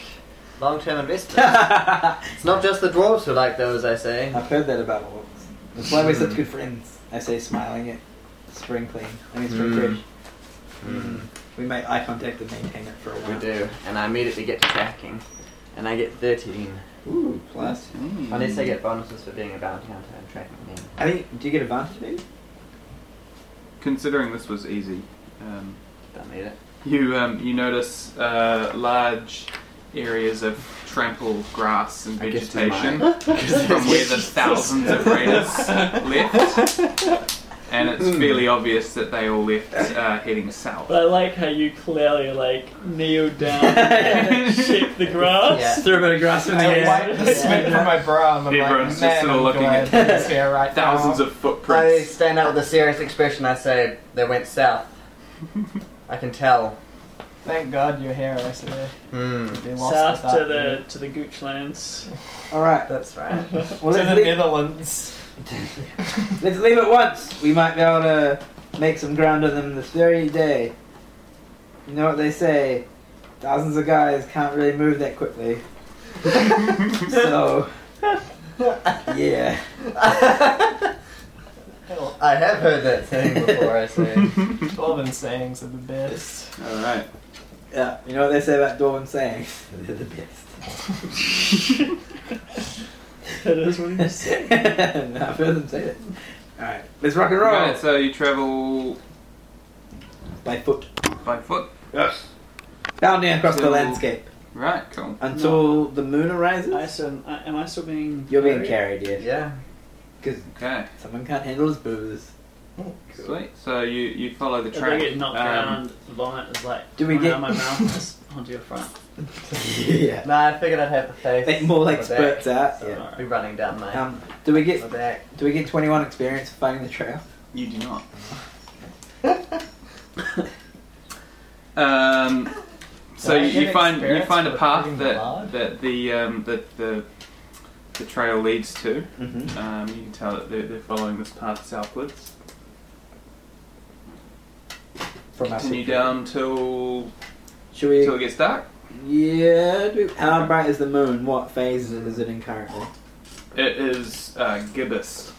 [SPEAKER 2] long term investment.
[SPEAKER 5] I've
[SPEAKER 2] it's not just the dwarves who like those. I say.
[SPEAKER 5] heard that about orcs. That's why we're such good friends. I say, smiling at spring clean. I mean, spring
[SPEAKER 2] Mm.
[SPEAKER 5] fresh. We make eye contact and maintain it for a
[SPEAKER 2] Hmm. We
[SPEAKER 5] while.
[SPEAKER 2] do, and I immediately get to tracking, and I get thirteen.
[SPEAKER 5] Ooh, plus.
[SPEAKER 2] Unless I
[SPEAKER 5] Hmm.
[SPEAKER 2] get bonuses for being a bounty hunter and tracking men.
[SPEAKER 5] I think. Do you get advantage maybe?
[SPEAKER 6] Considering this was easy, um,
[SPEAKER 2] Don't need it.
[SPEAKER 6] you um, you notice uh, large areas of trampled grass and
[SPEAKER 2] I guess
[SPEAKER 6] vegetation
[SPEAKER 2] we
[SPEAKER 6] from where the thousands of raiders left. and it's
[SPEAKER 2] Hmm.
[SPEAKER 6] fairly obvious that they all left uh, heading south.
[SPEAKER 3] But I like how you clearly like kneel down and shake the grass.
[SPEAKER 2] Yeah.
[SPEAKER 19] Throw a bit of grass in the
[SPEAKER 4] I
[SPEAKER 19] air.
[SPEAKER 4] wipe the sweat from my brow and I'm
[SPEAKER 6] Everyone's just
[SPEAKER 4] like, man,
[SPEAKER 6] sort of
[SPEAKER 4] I'm
[SPEAKER 6] looking
[SPEAKER 4] glad
[SPEAKER 6] at
[SPEAKER 4] that he's here right
[SPEAKER 6] Thousands
[SPEAKER 4] now.
[SPEAKER 6] of
[SPEAKER 2] I
[SPEAKER 6] footprints.
[SPEAKER 2] stand out with a serious expression. I say they went south. I can tell.
[SPEAKER 4] Thank God you're here, I swear.
[SPEAKER 2] Hmm.
[SPEAKER 4] Be lost
[SPEAKER 3] South to
[SPEAKER 4] without
[SPEAKER 3] the to the Gooch lands.
[SPEAKER 5] All right.
[SPEAKER 2] That's right.
[SPEAKER 5] Well,
[SPEAKER 4] you. to
[SPEAKER 5] let's,
[SPEAKER 4] the
[SPEAKER 5] leave,
[SPEAKER 4] Netherlands.
[SPEAKER 5] let's leave it once. We might be able to make some ground on them this very day. You know what they say? Thousands of guys can't really move that quickly. so, yeah.
[SPEAKER 2] I have heard that saying before. I say.
[SPEAKER 4] Dwarven sayings are the best.
[SPEAKER 6] All right.
[SPEAKER 5] Yeah, you know what they say about Dwarven sayings? They're the best.
[SPEAKER 3] That is what he said.
[SPEAKER 5] no, I've heard them say that. Alright, let's rock and roll
[SPEAKER 6] Right, so you travel
[SPEAKER 5] by foot.
[SPEAKER 6] by foot.
[SPEAKER 5] Yes. Bounding across the
[SPEAKER 6] So-
[SPEAKER 5] landscape
[SPEAKER 6] Right, cool.
[SPEAKER 5] until the moon arises.
[SPEAKER 3] I still, I, am I still being?
[SPEAKER 5] You're being
[SPEAKER 3] carried?
[SPEAKER 5] carried, yeah.
[SPEAKER 2] Yeah.
[SPEAKER 5] Because
[SPEAKER 6] Okay,
[SPEAKER 5] someone can't handle his booze.
[SPEAKER 6] sweet. So you, you follow the
[SPEAKER 3] If I
[SPEAKER 6] track.
[SPEAKER 3] get knocked
[SPEAKER 6] um,
[SPEAKER 3] around, vomit is like
[SPEAKER 5] Do we
[SPEAKER 3] coming
[SPEAKER 5] get-
[SPEAKER 3] out of my mouth is onto your front.
[SPEAKER 5] yeah.
[SPEAKER 2] No, I figured I'd have the face.
[SPEAKER 5] It more like
[SPEAKER 2] My
[SPEAKER 5] spurts out.
[SPEAKER 2] back.
[SPEAKER 5] Yeah.
[SPEAKER 2] Be running down my,
[SPEAKER 5] Um, do we
[SPEAKER 2] my
[SPEAKER 5] get
[SPEAKER 2] back.
[SPEAKER 5] do we get 21 experience for finding the trail?
[SPEAKER 6] You do not. um, so
[SPEAKER 4] Do I
[SPEAKER 6] you,
[SPEAKER 4] get
[SPEAKER 6] you find you
[SPEAKER 4] experience
[SPEAKER 6] find a
[SPEAKER 4] for
[SPEAKER 6] path
[SPEAKER 4] reading the
[SPEAKER 6] that
[SPEAKER 4] log?
[SPEAKER 6] that the um, that the the trail leads to.
[SPEAKER 5] Mm-hmm.
[SPEAKER 6] Um, you can tell that they're, they're following this path southwards.
[SPEAKER 5] From our
[SPEAKER 6] Continue
[SPEAKER 5] picture.
[SPEAKER 6] down till
[SPEAKER 5] Should we?
[SPEAKER 6] till it gets dark.
[SPEAKER 5] Yeah. Do how bright is the moon? What phase is it in currently?
[SPEAKER 6] It is uh, gibbous.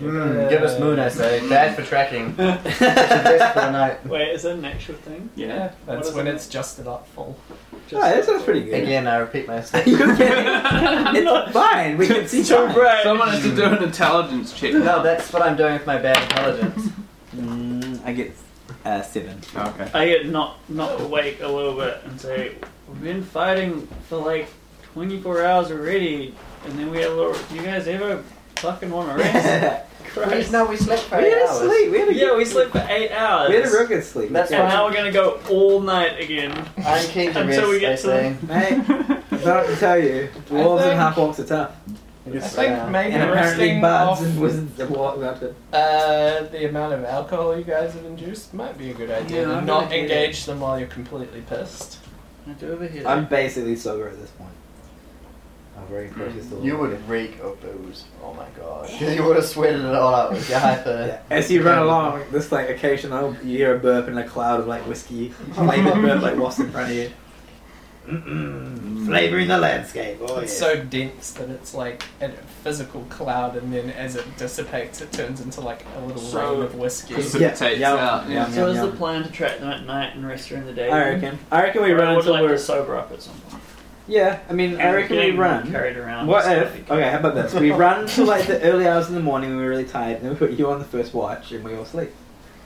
[SPEAKER 2] Mm, give us moon, I say. Bad for tracking. Best for a night.
[SPEAKER 3] Wait, is that an actual thing?
[SPEAKER 6] Yeah.
[SPEAKER 3] What
[SPEAKER 4] That's
[SPEAKER 3] is
[SPEAKER 4] when
[SPEAKER 3] it?
[SPEAKER 4] it's just about full.
[SPEAKER 5] Oh, that sounds pretty good.
[SPEAKER 2] Again, I repeat myself.
[SPEAKER 5] it's fine. We can see
[SPEAKER 3] too
[SPEAKER 5] time.
[SPEAKER 3] bright.
[SPEAKER 6] Someone has to do an intelligence check.
[SPEAKER 2] No, that's what I'm doing with my bad intelligence.
[SPEAKER 5] Mm, I get uh, seven.
[SPEAKER 6] Okay.
[SPEAKER 3] I get knocked knocked awake a little bit and say, "We've been fighting for like 24 hours already, and then we had a little. You guys ever fucking want to rest?
[SPEAKER 2] We,
[SPEAKER 3] Christ.
[SPEAKER 2] no, we slept for
[SPEAKER 5] we
[SPEAKER 2] eight
[SPEAKER 5] had
[SPEAKER 2] hours.
[SPEAKER 5] a sleep. We had a
[SPEAKER 3] Yeah,
[SPEAKER 5] good-
[SPEAKER 3] we slept for eight hours.
[SPEAKER 5] We had a real good sleep.
[SPEAKER 2] That's
[SPEAKER 3] and
[SPEAKER 2] fine.
[SPEAKER 3] now we're gonna go all night again.
[SPEAKER 2] I'm keen to
[SPEAKER 3] Until we
[SPEAKER 2] rest,
[SPEAKER 3] get
[SPEAKER 2] I say.
[SPEAKER 3] to
[SPEAKER 5] Mate, I don't to tell you, dwarves and
[SPEAKER 4] think-
[SPEAKER 5] half orcs are tough.
[SPEAKER 4] I
[SPEAKER 2] It's,
[SPEAKER 4] think
[SPEAKER 2] uh,
[SPEAKER 4] maybe
[SPEAKER 5] And apparently
[SPEAKER 4] resting
[SPEAKER 5] bards
[SPEAKER 4] off
[SPEAKER 5] and wizards are walk about it.
[SPEAKER 4] uh, the amount of alcohol you guys have induced might be a good idea.
[SPEAKER 3] Yeah,
[SPEAKER 4] and
[SPEAKER 3] I'm
[SPEAKER 4] not
[SPEAKER 3] gonna do
[SPEAKER 4] engage them while you're completely pissed.
[SPEAKER 3] I do have a headache.
[SPEAKER 5] I'm basically sober at this point. I'm very precious to
[SPEAKER 20] You would reek of booze. Oh my god. You would have sweated it all out with your hyper.
[SPEAKER 5] Yeah. As you run along, this like occasional you hear a burp in a cloud of like whiskey, flavored burp like what's in front of you. Mm-mm. Flavoring the landscape. Oh, yeah.
[SPEAKER 4] It's so dense that it's like a physical cloud, and then as it dissipates, it turns into like a little
[SPEAKER 6] So-
[SPEAKER 4] rain of whiskey.
[SPEAKER 6] Precipitates
[SPEAKER 5] Yeah, yeah,
[SPEAKER 6] out. Yeah.
[SPEAKER 5] yeah.
[SPEAKER 3] so is the plan to track them at night and rest during the day?
[SPEAKER 5] I reckon. I reckon we
[SPEAKER 3] Or I
[SPEAKER 5] run
[SPEAKER 3] would
[SPEAKER 5] until
[SPEAKER 3] like
[SPEAKER 5] we're.
[SPEAKER 3] to sober up at some point.
[SPEAKER 5] Yeah, I mean, I reckon we
[SPEAKER 3] Getting
[SPEAKER 5] run.
[SPEAKER 3] Carried around.
[SPEAKER 5] What
[SPEAKER 3] is
[SPEAKER 5] if? Okay, how about this? We run to like the early hours in the morning when we're really tired, and then we put you on the first watch, and we all sleep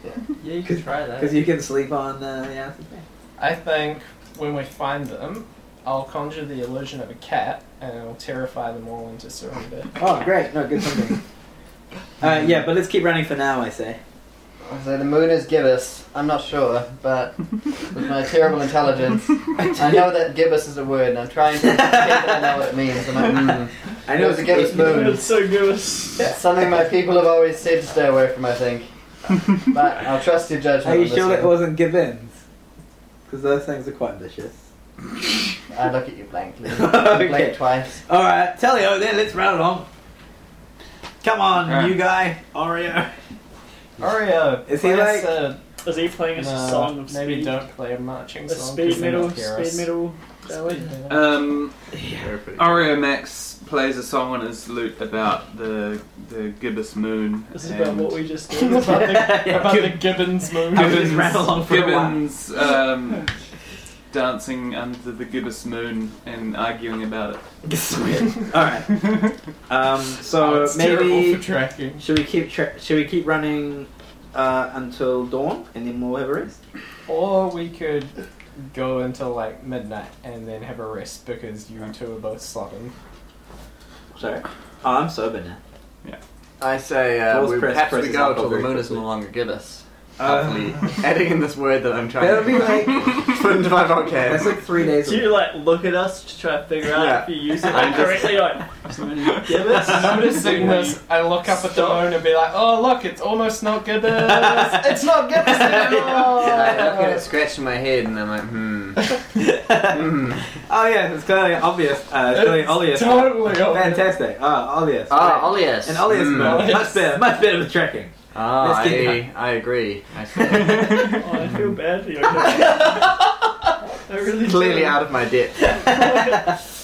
[SPEAKER 3] Yeah, you
[SPEAKER 5] could
[SPEAKER 3] could try
[SPEAKER 20] Uh,
[SPEAKER 3] that.
[SPEAKER 5] because you can sleep on uh, the afternoon.
[SPEAKER 4] I think when we find them, I'll conjure the illusion of a cat, and I'll terrify them all into surrender.
[SPEAKER 5] Oh, great! No, good something. uh, yeah, but let's keep running for now. I say.
[SPEAKER 20] I say the moon is gibbous. I'm not sure, but with my terrible intelligence, I know that gibbous is a word, and I'm trying to pretend I know what it means. I'm like, mm.
[SPEAKER 5] I
[SPEAKER 20] It was a gibbous moon.
[SPEAKER 3] It's so good. It's
[SPEAKER 20] It's something my people have always said to stay away from. I think, but I'll trust your judgment.
[SPEAKER 5] Are you
[SPEAKER 20] on this
[SPEAKER 5] sure that
[SPEAKER 20] one.
[SPEAKER 5] wasn't Gibbons? Because those things are quite vicious.
[SPEAKER 20] I look at you blankly.
[SPEAKER 5] Okay.
[SPEAKER 20] You Blink twice.
[SPEAKER 5] All right, tell you then. Let's run along. Come on,
[SPEAKER 6] All right.
[SPEAKER 5] you guy, Oreo.
[SPEAKER 4] Oreo,
[SPEAKER 5] Is he
[SPEAKER 4] play
[SPEAKER 5] like-
[SPEAKER 4] us a-
[SPEAKER 3] Is he playing us a
[SPEAKER 4] no,
[SPEAKER 3] song of
[SPEAKER 4] maybe
[SPEAKER 3] speed?
[SPEAKER 4] don't play a marching
[SPEAKER 3] A
[SPEAKER 4] song.
[SPEAKER 3] speed
[SPEAKER 4] 'cause they
[SPEAKER 3] metal,
[SPEAKER 4] might hear
[SPEAKER 3] speed
[SPEAKER 4] us.
[SPEAKER 3] metal.
[SPEAKER 4] Speed
[SPEAKER 3] Uh,
[SPEAKER 4] metal.
[SPEAKER 6] Um,
[SPEAKER 5] Yeah.
[SPEAKER 6] Oreo Max plays a song on his lute about the the gibbous moon.
[SPEAKER 3] This is about
[SPEAKER 6] and
[SPEAKER 3] what we just did.
[SPEAKER 4] about the,
[SPEAKER 5] Yeah,
[SPEAKER 4] about
[SPEAKER 5] Gib-
[SPEAKER 4] the Gibbons moon.
[SPEAKER 5] I just ran along for a while.
[SPEAKER 6] Gibbons um, dancing under the gibbous moon and arguing about it.
[SPEAKER 5] All right. Um,
[SPEAKER 4] Oh,
[SPEAKER 5] so
[SPEAKER 4] it's terrible
[SPEAKER 5] maybe
[SPEAKER 4] for tracking.
[SPEAKER 5] should we keep tra- should we keep running uh, until dawn and then we'll have a rest?
[SPEAKER 4] Or we could go until like midnight and then have a rest because you two are both slobbing.
[SPEAKER 5] Sorry. Oh, I'm sober now.
[SPEAKER 6] Yeah.
[SPEAKER 2] I say uh,
[SPEAKER 5] Pause
[SPEAKER 2] we
[SPEAKER 5] press
[SPEAKER 2] perhaps we
[SPEAKER 5] presses
[SPEAKER 2] go
[SPEAKER 5] up
[SPEAKER 2] till the
[SPEAKER 5] very
[SPEAKER 2] moon is no longer gibbous.
[SPEAKER 6] Uh,
[SPEAKER 2] Hopefully, adding in this word that I'm trying
[SPEAKER 5] That'll be
[SPEAKER 2] to
[SPEAKER 5] like
[SPEAKER 2] put into my vocab.
[SPEAKER 5] that's like three days.
[SPEAKER 3] Do you like look at us to try to figure out
[SPEAKER 2] Yeah.
[SPEAKER 3] if you use it
[SPEAKER 2] I'm just-
[SPEAKER 3] correctly? Like, give us.
[SPEAKER 4] Noticing this, I look up at the moon and be like, "Oh look, it's almost not gibbous. it's not gibbous
[SPEAKER 2] I look at
[SPEAKER 4] anymore."
[SPEAKER 2] it, scratching my head, and I'm like, hmm. hmm.
[SPEAKER 5] Oh yeah, it's clearly obvious. Uh, it's clearly obvious.
[SPEAKER 4] Totally. obvious.
[SPEAKER 5] Fantastic. Ah, obvious. Mm.
[SPEAKER 2] Ah,
[SPEAKER 5] Great.
[SPEAKER 2] Olius.
[SPEAKER 5] And obvious,
[SPEAKER 2] Hmm.
[SPEAKER 5] but much better, much better with tracking.
[SPEAKER 2] Ah,
[SPEAKER 5] Let's get
[SPEAKER 2] I, I agree. I swear.
[SPEAKER 3] Oh, I feel bad for you. I really
[SPEAKER 2] Clearly
[SPEAKER 3] do.
[SPEAKER 2] out of my depth.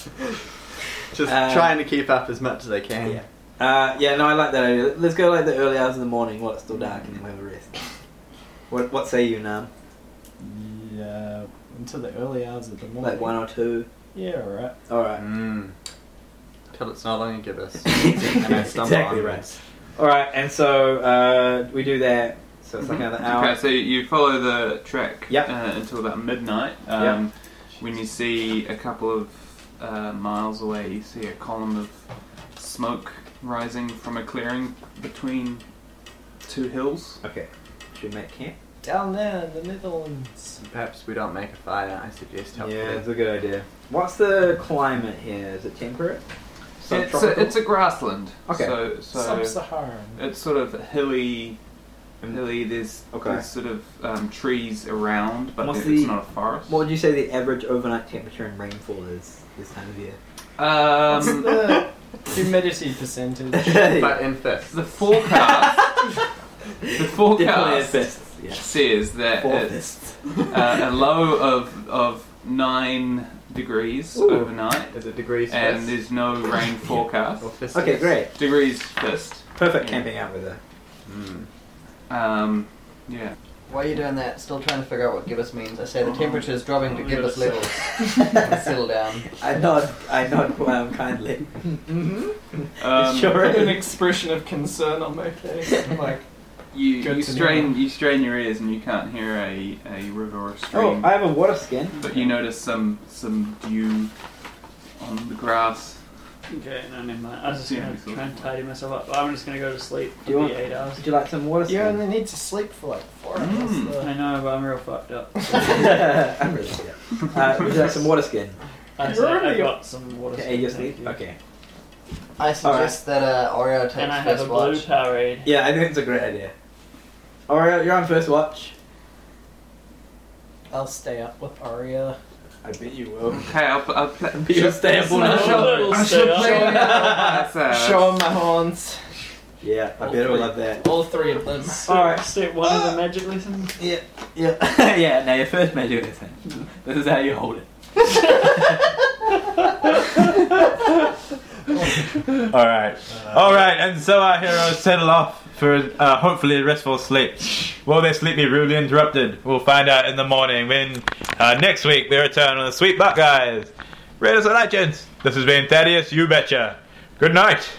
[SPEAKER 2] Just
[SPEAKER 5] Um,
[SPEAKER 2] trying to keep up as much as I can.
[SPEAKER 5] yeah. Uh, yeah, no, I like that idea. Let's go like the early hours of the morning while it's still dark and then we'll have a rest. What, what say you, Nam?
[SPEAKER 4] Yeah, until the early hours of the morning.
[SPEAKER 5] Like one or two?
[SPEAKER 4] Yeah, alright.
[SPEAKER 5] Alright.
[SPEAKER 2] Mm. Till it's no longer gibbous. And I stumble
[SPEAKER 5] exactly
[SPEAKER 2] on
[SPEAKER 5] right.
[SPEAKER 2] this.
[SPEAKER 5] Alright, and so uh, we do that. So it's like
[SPEAKER 6] Mm-hmm.
[SPEAKER 5] another hour.
[SPEAKER 6] Okay, so you follow the track
[SPEAKER 5] Yep.
[SPEAKER 6] uh, until about midnight. Um, When you see a couple of uh, miles away, you see a column of smoke rising from a clearing between two hills.
[SPEAKER 5] Okay. Should we make camp?
[SPEAKER 4] Down there in the Netherlands.
[SPEAKER 2] Perhaps we don't make a fire, I suggest helpfully.
[SPEAKER 5] Yeah, it's a good idea. What's the climate here? Is it temperate?
[SPEAKER 6] It's a,
[SPEAKER 5] Subtropical?
[SPEAKER 6] it's a grassland.
[SPEAKER 5] Okay.
[SPEAKER 6] So, so
[SPEAKER 4] Sub-Saharan.
[SPEAKER 6] it's sort of hilly. Hilly. There's,
[SPEAKER 5] Okay.
[SPEAKER 6] there's sort of um, trees around, but
[SPEAKER 5] What's
[SPEAKER 6] it's
[SPEAKER 5] the-
[SPEAKER 6] not a forest.
[SPEAKER 5] What would you say the average overnight temperature and rainfall is this time of year?
[SPEAKER 4] What's
[SPEAKER 6] Um,
[SPEAKER 4] the humidity percentage?
[SPEAKER 2] But in fifth.
[SPEAKER 6] the forecast. the
[SPEAKER 5] Definitely a
[SPEAKER 6] forecast.
[SPEAKER 5] fist. Yeah.
[SPEAKER 6] says that
[SPEAKER 5] Four
[SPEAKER 6] it's
[SPEAKER 5] fists.
[SPEAKER 6] uh, a low of of nine degrees
[SPEAKER 5] Ooh.
[SPEAKER 6] overnight,
[SPEAKER 2] Is it degrees
[SPEAKER 6] and
[SPEAKER 2] fist?
[SPEAKER 6] there's no rain forecast.
[SPEAKER 2] Or fist
[SPEAKER 5] Okay,
[SPEAKER 2] is?
[SPEAKER 5] great.
[SPEAKER 6] Degrees first.
[SPEAKER 5] Perfect
[SPEAKER 6] Yeah.
[SPEAKER 5] camping out with her.
[SPEAKER 2] Mm.
[SPEAKER 6] Um, yeah.
[SPEAKER 21] While you're doing that, still trying to figure out what gibbous means. I say the temperature is dropping to
[SPEAKER 3] Oh,
[SPEAKER 21] gibbous
[SPEAKER 3] yes.
[SPEAKER 21] levels. Settle down.
[SPEAKER 5] I nod. I nod um, kindly.
[SPEAKER 4] Mm-hmm.
[SPEAKER 6] Um,
[SPEAKER 5] sure.
[SPEAKER 4] An expression of concern on my face. I'm like,
[SPEAKER 6] You,
[SPEAKER 4] Good
[SPEAKER 6] you
[SPEAKER 4] to know.
[SPEAKER 6] strain you strain your ears and you can't hear a, a river or a
[SPEAKER 5] Oh,
[SPEAKER 6] stream,
[SPEAKER 5] I have a water skin.
[SPEAKER 6] but you notice some some dew on the grass.
[SPEAKER 3] Okay, no, never mind. I was just
[SPEAKER 6] Yeah,
[SPEAKER 3] gonna
[SPEAKER 6] it's
[SPEAKER 3] try and
[SPEAKER 6] awesome.
[SPEAKER 3] tidy myself up. I'm just gonna go to sleep for
[SPEAKER 5] Do you
[SPEAKER 3] the
[SPEAKER 5] want-
[SPEAKER 3] eight hours.
[SPEAKER 5] Would you like some water skin?
[SPEAKER 4] you only need to sleep for like four hours.
[SPEAKER 6] Mm.
[SPEAKER 4] though."
[SPEAKER 3] I know, but I'm real fucked up.
[SPEAKER 5] I'm really yeah. Uh, would you like some water skin?
[SPEAKER 3] I
[SPEAKER 4] You're
[SPEAKER 3] said I
[SPEAKER 4] already-
[SPEAKER 3] got some water.
[SPEAKER 5] Okay, you
[SPEAKER 3] soon,
[SPEAKER 5] sleep.
[SPEAKER 3] thank you.
[SPEAKER 5] Okay.
[SPEAKER 21] I suggest that uh, Oreo takes
[SPEAKER 3] And I have
[SPEAKER 21] first
[SPEAKER 3] a blue
[SPEAKER 21] watch.
[SPEAKER 3] Powerade.
[SPEAKER 5] Yeah, I think it's a great idea. Alright, you're on first watch.
[SPEAKER 4] I'll stay up with Aria.
[SPEAKER 5] I bet you will.
[SPEAKER 6] Okay, I'll, I'll pl-
[SPEAKER 5] You'll stay up all night.
[SPEAKER 3] Little
[SPEAKER 6] I
[SPEAKER 3] stay
[SPEAKER 6] should
[SPEAKER 3] up.
[SPEAKER 6] play
[SPEAKER 4] Show
[SPEAKER 6] that's, uh,
[SPEAKER 4] him my horns.
[SPEAKER 5] Yeah, I bet it will love that.
[SPEAKER 4] All three of them.
[SPEAKER 5] All right.
[SPEAKER 3] Step one of the magic lesson.
[SPEAKER 5] Yeah, yeah. Now your first magic lesson. This is how you hold it. All right, all right, and so our heroes settle off for uh, hopefully a restful sleep. Will their sleep be rudely interrupted? We'll find out in the morning when uh, next week we return on the Sweet Buck Guys. Raiders on iTunes. This has been Thaddeus. You betcha. Good night.